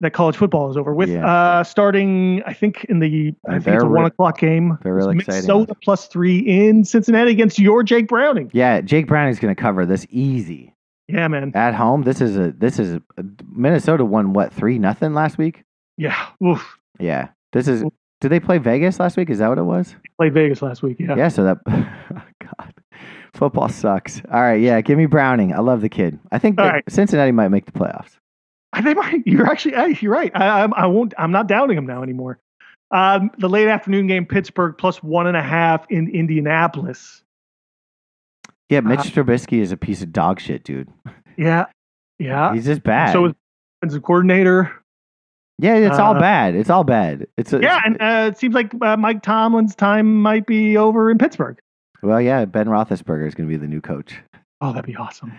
[SPEAKER 2] that college football is over with.
[SPEAKER 1] Yeah.
[SPEAKER 2] Uh, starting, I think in the I
[SPEAKER 1] And
[SPEAKER 2] think it's a
[SPEAKER 1] they're
[SPEAKER 2] one
[SPEAKER 1] re-
[SPEAKER 2] o'clock game.
[SPEAKER 1] they're really
[SPEAKER 2] Minnesota
[SPEAKER 1] exciting.
[SPEAKER 2] plus three in Cincinnati against your Jake Browning.
[SPEAKER 1] Yeah, Jake Browning's going to cover this easy
[SPEAKER 2] Yeah, man.
[SPEAKER 1] at home. This is a this is a, Minnesota won what three nothing last week.
[SPEAKER 2] Yeah, Oof.
[SPEAKER 1] Yeah, this is. Did they play Vegas last week? Is that what it was?
[SPEAKER 2] played Vegas last week. Yeah.
[SPEAKER 1] Yeah. so that. oh, God, football sucks. All right. Yeah. Give me Browning. I love the kid. I think
[SPEAKER 2] All
[SPEAKER 1] that
[SPEAKER 2] right.
[SPEAKER 1] Cincinnati might make the playoffs.
[SPEAKER 2] I think my, you're actually hey, you're right. I, I, I won't. I'm not doubting him now anymore. Um, the late afternoon game, Pittsburgh plus one and a half in Indianapolis.
[SPEAKER 1] Yeah, Mitch
[SPEAKER 2] Uh,
[SPEAKER 1] Trubisky is a piece of dog shit, dude.
[SPEAKER 2] Yeah, yeah.
[SPEAKER 1] He's just bad.
[SPEAKER 2] Uh, So is offensive coordinator.
[SPEAKER 1] yeah, it's all
[SPEAKER 2] uh,
[SPEAKER 1] bad. It's all bad. It's a,
[SPEAKER 2] Yeah, and uh, it seems like uh, Mike Tomlin's time might be over in Pittsburgh.
[SPEAKER 1] well, yeah, Ben Roethlisberger is going to be the new coach.
[SPEAKER 2] Oh, that'd be awesome.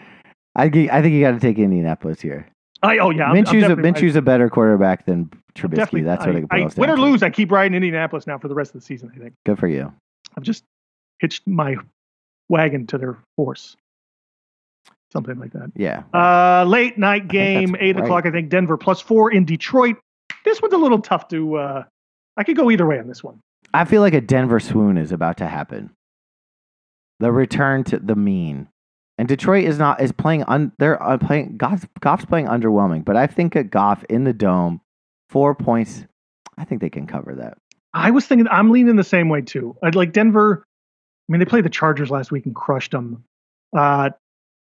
[SPEAKER 1] I gi- I think you got to take Indianapolis here.
[SPEAKER 2] I, oh yeah, I'm- I'm
[SPEAKER 1] Minshew's a
[SPEAKER 2] definitely-
[SPEAKER 1] Minshew's a better quarterback than Trubisky.
[SPEAKER 2] definitely-
[SPEAKER 1] That's what
[SPEAKER 2] I-
[SPEAKER 1] it
[SPEAKER 2] I-
[SPEAKER 1] boils
[SPEAKER 2] Win
[SPEAKER 1] down
[SPEAKER 2] or
[SPEAKER 1] to.
[SPEAKER 2] lose, I keep riding Indianapolis now for the rest of the season. I think
[SPEAKER 1] Good for you.
[SPEAKER 2] I've just hitched my wagon to their horse, something like that.
[SPEAKER 1] Yeah.
[SPEAKER 2] Uh, late night game,
[SPEAKER 1] that's
[SPEAKER 2] eight
[SPEAKER 1] right.
[SPEAKER 2] o'clock. I think Denver plus four in Detroit. This one's a little tough to. Uh, I could go either way on this one.
[SPEAKER 1] I feel like a Denver swoon is about to happen. The return to the mean, and Detroit is not is playing. Un, they're uh, playing. Goff, Goff's playing underwhelming, but I think a Goff in the dome, four points. I think they can cover that.
[SPEAKER 2] I was thinking I'm leaning the same way too. I'd like Denver. I mean, they played the Chargers last week and crushed them. Uh,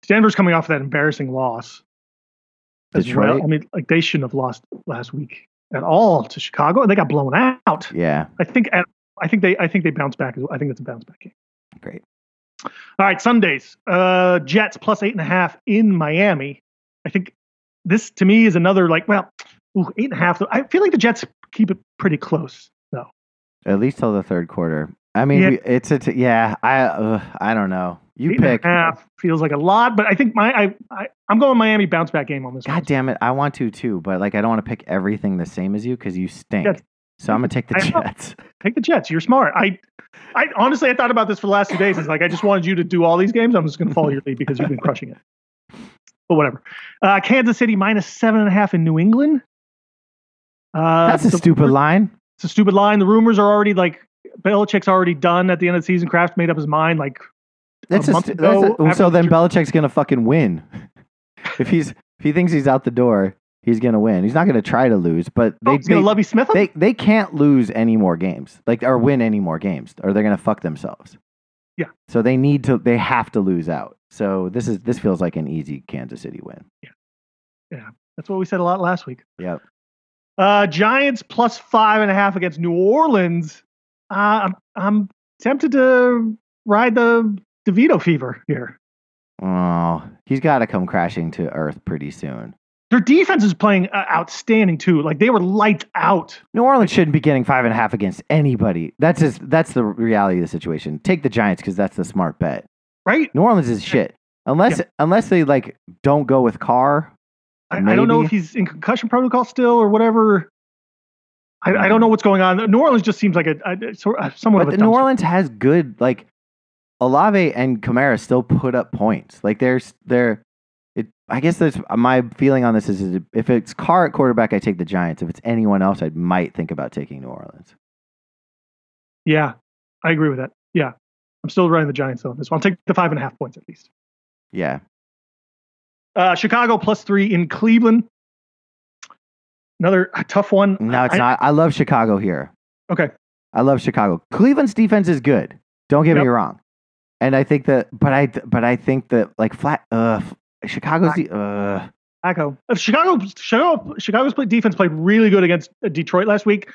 [SPEAKER 2] Denver's coming off that embarrassing loss. As well.
[SPEAKER 1] Detroit?
[SPEAKER 2] I mean, like they shouldn't have lost last week at all to Chicago. They got blown out.
[SPEAKER 1] Yeah,
[SPEAKER 2] I think. I think they. I think they bounce back. as well. I think that's a bounce back game.
[SPEAKER 1] great.
[SPEAKER 2] All right, Sundays. Uh, Jets plus eight and a half in Miami. I think this to me is another like well, ooh, eight and a half. I feel like the Jets keep it pretty close though.
[SPEAKER 1] At least till the third quarter. I mean,
[SPEAKER 2] Yeah.
[SPEAKER 1] we, it's a t- yeah. I uh, I don't know. You
[SPEAKER 2] Eight and a
[SPEAKER 1] pick.
[SPEAKER 2] half feels like a lot, but I think my I, I I'm going Miami bounce back game on this. one.
[SPEAKER 1] God damn it! I want to too, but like I don't want to pick everything the same as you because you stink.
[SPEAKER 2] Jets.
[SPEAKER 1] So I'm gonna take the
[SPEAKER 2] I know.
[SPEAKER 1] Jets.
[SPEAKER 2] Take the Jets. You're smart. I I honestly I thought about this for the last two days. It's like I just wanted you to do all these games. I'm just going to follow your lead because you've been crushing it. But whatever. Uh, Kansas City minus seven and a half in New England. Uh,
[SPEAKER 1] That's a
[SPEAKER 2] the-
[SPEAKER 1] stupid line.
[SPEAKER 2] it's a stupid line. The rumors are already like Belichick's already done at the end of the season. Kraft made up his mind. Like
[SPEAKER 1] That's
[SPEAKER 2] a
[SPEAKER 1] a
[SPEAKER 2] month
[SPEAKER 1] st- that's a-
[SPEAKER 2] ago,
[SPEAKER 1] so
[SPEAKER 2] after
[SPEAKER 1] then
[SPEAKER 2] Jer-
[SPEAKER 1] Belichick's gonna fucking win. if he's if he thinks he's out the door, he's gonna win. He's not gonna try to lose, but
[SPEAKER 2] oh,
[SPEAKER 1] they
[SPEAKER 2] he's gonna
[SPEAKER 1] they,
[SPEAKER 2] Lovey Smith. him?
[SPEAKER 1] they they can't lose any more games, like or win any more games, or they're gonna fuck themselves.
[SPEAKER 2] Yeah.
[SPEAKER 1] So they need to they have to lose out. So this is this feels like an easy Kansas City win.
[SPEAKER 2] That's what we said a lot last week.
[SPEAKER 1] Yep.
[SPEAKER 2] Uh, Giants plus five and a half against New Orleans. Uh, I'm I'm tempted to ride the DeVito fever here.
[SPEAKER 1] Oh, he's got to come crashing to earth pretty soon.
[SPEAKER 2] Their defense is playing uh, outstanding too. Like they were lights out.
[SPEAKER 1] New Orleans shouldn't be getting five and a half against anybody. That's just that's the reality of the situation. Take the Giants because that's the smart bet.
[SPEAKER 2] Right?
[SPEAKER 1] New Orleans is shit. Unless unless they like don't go with Carr.
[SPEAKER 2] I, I don't know
[SPEAKER 1] Maybe.
[SPEAKER 2] if he's in concussion protocol still or whatever. I, I don't know what's going on. New Orleans just seems like a, a sort of somewhat
[SPEAKER 1] But
[SPEAKER 2] of a
[SPEAKER 1] the New
[SPEAKER 2] dumpster.
[SPEAKER 1] Orleans has good like Olave and Kamara still put up points. Like there's they're it I guess that's my feeling on this is, is if it's Carr at quarterback, I take the Giants. If it's anyone else, I might think about taking New Orleans.
[SPEAKER 2] Yeah, I agree with that. Yeah, I'm still riding the Giants though on this one. I'll take the five and a half points at least.
[SPEAKER 1] Yeah.
[SPEAKER 2] Uh, Chicago plus three in Cleveland. Another uh, tough one.
[SPEAKER 1] No, it's
[SPEAKER 2] I-
[SPEAKER 1] not. I love Chicago here.
[SPEAKER 2] Okay.
[SPEAKER 1] I love Chicago. Cleveland's defense is good. Don't get me
[SPEAKER 2] Yep.
[SPEAKER 1] wrong. And I think that but I but I think that like flat uh Chicago's the uh
[SPEAKER 2] Chicago. If Chicago, Chicago, Chicago's play, defense played really good against uh, Detroit last week.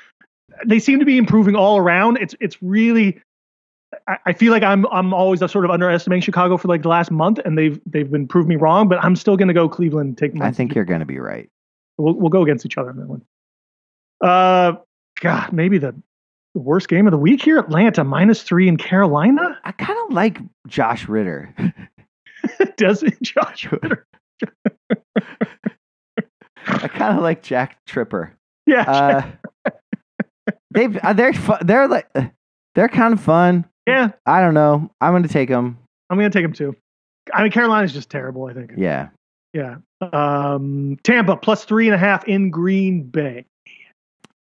[SPEAKER 2] They seem to be improving all around. It's it's really. I, I feel like I'm I'm always sort of underestimating Chicago for like the last month, and they've they've been proved me wrong. But I'm still going to go Cleveland. and Take my
[SPEAKER 1] I think you're gonna be right.
[SPEAKER 2] we'll, we'll go against each other on that one. Uh, God, maybe the, the worst game of the week here. Atlanta minus three in Carolina.
[SPEAKER 1] I kind of like Josh Ritter.
[SPEAKER 2] Does it, Josh Ritter?
[SPEAKER 1] I kind of like Jack Tripper.
[SPEAKER 2] Yeah,
[SPEAKER 1] Uh, they've uh, they're fu- they're like uh, they're kind of fun.
[SPEAKER 2] Yeah,
[SPEAKER 1] I don't know. I'm gonna take them.
[SPEAKER 2] I'm gonna take them too. I mean, Carolina's just terrible. I think.
[SPEAKER 1] Yeah.
[SPEAKER 2] Yeah. Um, Tampa plus three and a half in Green Bay.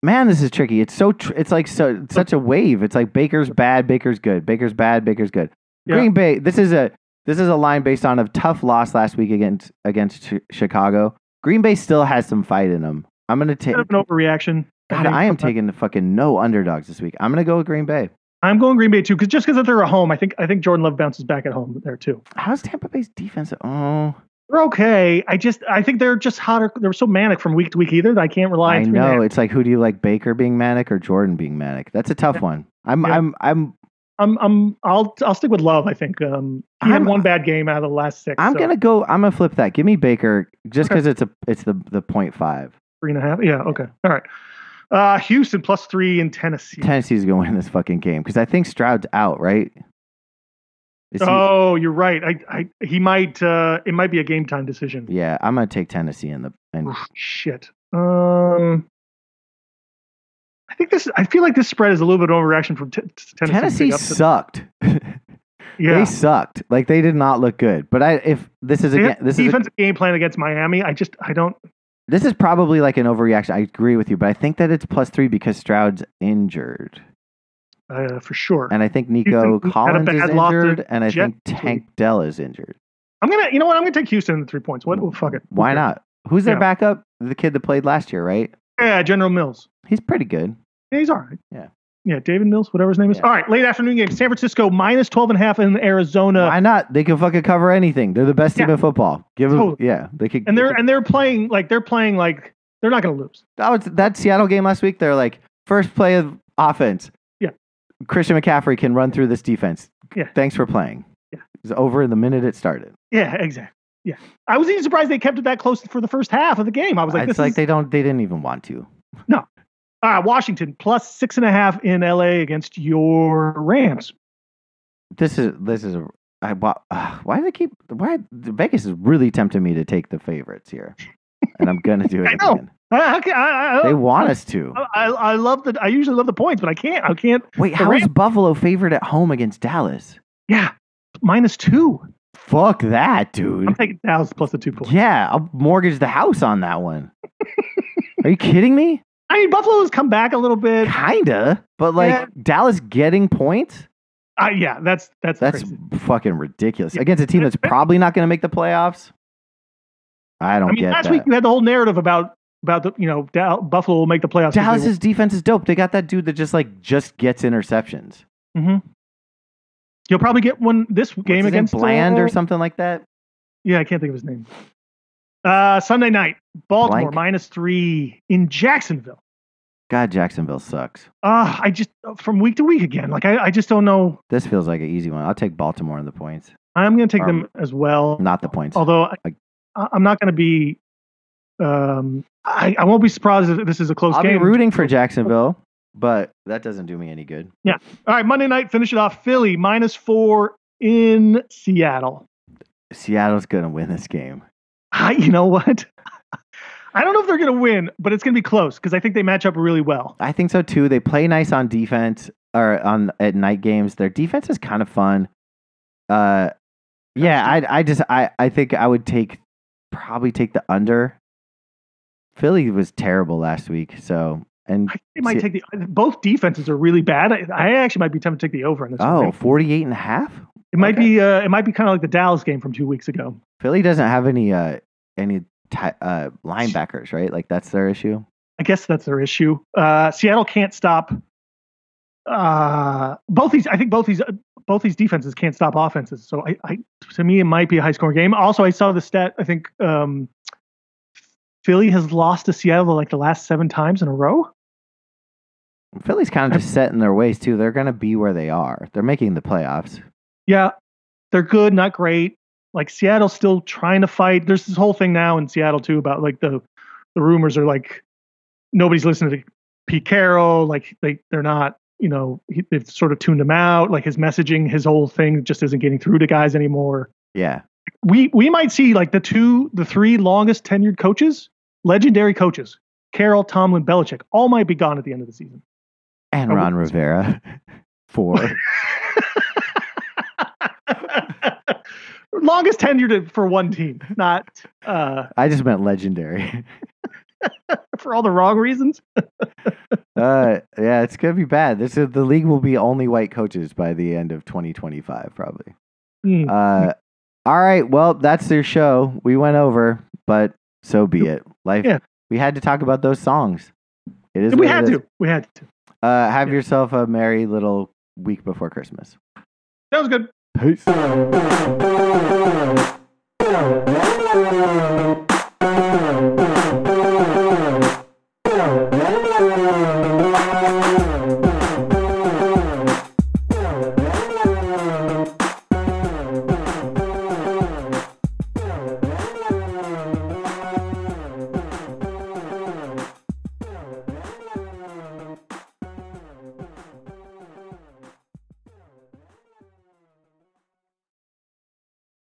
[SPEAKER 1] Man, this is tricky. It's so tr- it's like so it's such a wave. It's like Baker's bad, Baker's good, Baker's bad, Baker's good.
[SPEAKER 2] Yeah.
[SPEAKER 1] Green Bay. This is a this is a line based on a tough loss last week against against Chi- Chicago. Green Bay still has some fight in them. I'm gonna take.
[SPEAKER 2] Kind of an overreaction.
[SPEAKER 1] God,
[SPEAKER 2] think.
[SPEAKER 1] I am taking the fucking no underdogs this week. I'm gonna go with Green Bay.
[SPEAKER 2] I'm going Green Bay too, because just because they're at home, I think I think Jordan Love bounces back at home there too.
[SPEAKER 1] How's Tampa Bay's defense? Oh,
[SPEAKER 2] They're okay. I just I think they're just hotter. They were so manic from week to week either that I can't
[SPEAKER 1] I
[SPEAKER 2] rely. on three and a
[SPEAKER 1] know.
[SPEAKER 2] half.
[SPEAKER 1] It's like who do you like, Baker being manic or Jordan being manic? That's a tough
[SPEAKER 2] Yeah.
[SPEAKER 1] one. I'm
[SPEAKER 2] Yeah.
[SPEAKER 1] I'm I'm
[SPEAKER 2] I'm I'm I'll I'll stick with Love. I think um,
[SPEAKER 1] I'm-
[SPEAKER 2] he had one bad game out of the last six.
[SPEAKER 1] I'm
[SPEAKER 2] so
[SPEAKER 1] gonna go. I'm gonna flip that. Give me Baker just
[SPEAKER 2] Okay.
[SPEAKER 1] because it's a it's the the point five.
[SPEAKER 2] three and a half. Yeah. Okay. All right. Uh, Houston plus three in Tennessee.
[SPEAKER 1] Tennessee's gonna win this fucking game because I think Stroud's out, right? Is he-
[SPEAKER 2] Oh, you're right. I, I he might uh, it might be a game time decision.
[SPEAKER 1] yeah, I'm gonna take Tennessee in the and
[SPEAKER 2] Oof, shit. Um, I think this. I feel like this spread is a little bit overreaction from t- Tennessee.
[SPEAKER 1] Tennessee
[SPEAKER 2] Big upset.
[SPEAKER 1] sucked. They
[SPEAKER 2] yeah.
[SPEAKER 1] sucked. Like they did not look good. But I if this is
[SPEAKER 2] They
[SPEAKER 1] again
[SPEAKER 2] have
[SPEAKER 1] this is a,
[SPEAKER 2] defensive game plan against Miami. I just I don't.
[SPEAKER 1] this is probably like an overreaction. I agree with you, but I think that it's plus three because Stroud's injured.
[SPEAKER 2] Uh, for sure.
[SPEAKER 1] And I think Nico
[SPEAKER 2] Houston had a
[SPEAKER 1] Collins is
[SPEAKER 2] bad loss to
[SPEAKER 1] injured, and I
[SPEAKER 2] Jets
[SPEAKER 1] think
[SPEAKER 2] this week.
[SPEAKER 1] Tank Dell is injured.
[SPEAKER 2] I'm gonna. You know what? I'm gonna take Houston in three points. What? Well, fuck it.
[SPEAKER 1] Why not? Who's their
[SPEAKER 2] Yeah.
[SPEAKER 1] backup? The kid that played last year, right?
[SPEAKER 2] Yeah, General Mills.
[SPEAKER 1] He's pretty good.
[SPEAKER 2] Yeah, he's all right.
[SPEAKER 1] Yeah.
[SPEAKER 2] Yeah, David Mills, whatever his name is.
[SPEAKER 1] Yeah.
[SPEAKER 2] All right, late afternoon game. San Francisco minus 12 and a half in Arizona.
[SPEAKER 1] Why not? They can fucking cover anything. They're the best team in football. Give them,
[SPEAKER 2] Totally.
[SPEAKER 1] yeah. They could.
[SPEAKER 2] and
[SPEAKER 1] they
[SPEAKER 2] they're
[SPEAKER 1] could-
[SPEAKER 2] and they're playing like they're playing like they're not gonna lose.
[SPEAKER 1] that was that Seattle game last week. They're like first play of offense.
[SPEAKER 2] Yeah.
[SPEAKER 1] Christian McCaffrey can run through this defense.
[SPEAKER 2] Yeah.
[SPEAKER 1] Thanks for playing.
[SPEAKER 2] Yeah.
[SPEAKER 1] It was over the minute it started.
[SPEAKER 2] Yeah, exactly. Yeah. I was even surprised they kept it that close for the first half of the game. I was like,
[SPEAKER 1] it's
[SPEAKER 2] this
[SPEAKER 1] like
[SPEAKER 2] is
[SPEAKER 1] they don't. They didn't even want to.
[SPEAKER 2] all right, Washington plus six and a half in LA against your Rams.
[SPEAKER 1] This is this is. a- I why, uh, why do they keep? Why Vegas is really tempting me to take the favorites here, and I'm gonna do it
[SPEAKER 2] I know.
[SPEAKER 1] again.
[SPEAKER 2] Ah, I, I, can't- I, I,
[SPEAKER 1] They want us to.
[SPEAKER 2] I, I love the I usually love the points, but I can't. I can't.
[SPEAKER 1] Wait,
[SPEAKER 2] The
[SPEAKER 1] how is
[SPEAKER 2] Rams-
[SPEAKER 1] Buffalo favored at home against Dallas?
[SPEAKER 2] Yeah. Minus two.
[SPEAKER 1] Fuck that, dude.
[SPEAKER 2] I'm taking Dallas plus the two points.
[SPEAKER 1] Yeah, I'll mortgage the house on that one. Are you kidding me?
[SPEAKER 2] I mean, Buffalo's come back a little bit.
[SPEAKER 1] Kinda, but like
[SPEAKER 2] Yeah.
[SPEAKER 1] Dallas getting points?
[SPEAKER 2] Uh, yeah, that's that's
[SPEAKER 1] That's
[SPEAKER 2] crazy.
[SPEAKER 1] fucking ridiculous.
[SPEAKER 2] Yeah.
[SPEAKER 1] Against a team that's probably not going to make the playoffs? I don't
[SPEAKER 2] I mean,
[SPEAKER 1] get
[SPEAKER 2] last
[SPEAKER 1] that.
[SPEAKER 2] week you had the whole narrative about about the you know Dal- Buffalo will make the playoffs. 'cause they
[SPEAKER 1] Dallas's defense is dope. They got that dude that just like just gets interceptions.
[SPEAKER 2] You'll probably get one this
[SPEAKER 1] What's his name?
[SPEAKER 2] game against uh,
[SPEAKER 1] Bland or something like that.
[SPEAKER 2] Yeah, I can't think of his name. Uh, Sunday night, Baltimore
[SPEAKER 1] Blank.
[SPEAKER 2] minus three in Jacksonville.
[SPEAKER 1] God, Jacksonville sucks.
[SPEAKER 2] Uh, I just from week to week again. Like I, I just don't know.
[SPEAKER 1] This feels like an easy one. I'll take Baltimore in the points,
[SPEAKER 2] I'm going to take
[SPEAKER 1] Um,
[SPEAKER 2] them as well.
[SPEAKER 1] not the points.
[SPEAKER 2] Although I,
[SPEAKER 1] I-
[SPEAKER 2] I- I'm not going to be. Um, I, I won't be surprised if this is a close
[SPEAKER 1] I'll
[SPEAKER 2] game.
[SPEAKER 1] be rooting for Jacksonville, but that doesn't do me any good.
[SPEAKER 2] All right, Monday night, finish it off. Philly minus four in Seattle.
[SPEAKER 1] Seattle's going to win this game.
[SPEAKER 2] I, you know what? I don't know if they're going to win, but it's going to be close because I think they match up really well.
[SPEAKER 1] I think so too. They play nice on defense or on at night games. Their defense is kind of fun. Uh, yeah, I I just I I think I would take probably take the under. Philly was terrible last week, so and
[SPEAKER 2] I think they might
[SPEAKER 1] Se-
[SPEAKER 2] take the both defenses are really bad. I, I actually might be tempted to take the over in this. one.
[SPEAKER 1] oh, 48 and a half?
[SPEAKER 2] it might be uh, it might be kind of like the Dallas game from two weeks ago.
[SPEAKER 1] Philly doesn't have any uh any ti- uh linebackers, right? Like that's their issue.
[SPEAKER 2] I guess that's their issue. Uh, Seattle can't stop. Uh, both these, I think both these, both these defenses can't stop offenses. So I, I, to me, it might be a high scoring game. Also, I saw the stat. I think um, Philly has lost to Seattle like the last seven times in a row.
[SPEAKER 1] Philly's kind of just set in their ways too. They're gonna be where they are. They're making the playoffs.
[SPEAKER 2] Yeah, they're good, not great. Like Seattle's still trying to fight. There's this whole thing now in Seattle too about like the the rumors are like nobody's listening to Pete Carroll. Like they they're not you know he, they've sort of tuned him out. Like his messaging, his whole thing just isn't getting through to guys anymore.
[SPEAKER 1] Yeah.
[SPEAKER 2] We we might see like the two the three longest tenured coaches, legendary coaches, Carroll, Tomlin, Belichick, all might be gone at the end of the season.
[SPEAKER 1] And
[SPEAKER 2] Oh,
[SPEAKER 1] Ron
[SPEAKER 2] wait.
[SPEAKER 1] Rivera. Four.
[SPEAKER 2] Longest tenured for one team, not uh,
[SPEAKER 1] I just meant legendary.
[SPEAKER 2] for all the wrong reasons.
[SPEAKER 1] Uh, yeah, it's gonna be bad. This is, the league will be only white coaches by the end of 2025, probably.
[SPEAKER 2] Hmm.
[SPEAKER 1] Uh, all right. Well, that's their show. We went over, but so be it. Life.
[SPEAKER 2] Yeah.
[SPEAKER 1] We had to talk about those songs. It is.
[SPEAKER 2] we
[SPEAKER 1] what it
[SPEAKER 2] had
[SPEAKER 1] is.
[SPEAKER 2] to. We had to.
[SPEAKER 1] Uh, have
[SPEAKER 2] Yeah.
[SPEAKER 1] yourself a merry little week before Christmas.
[SPEAKER 2] That was good.
[SPEAKER 1] Peace.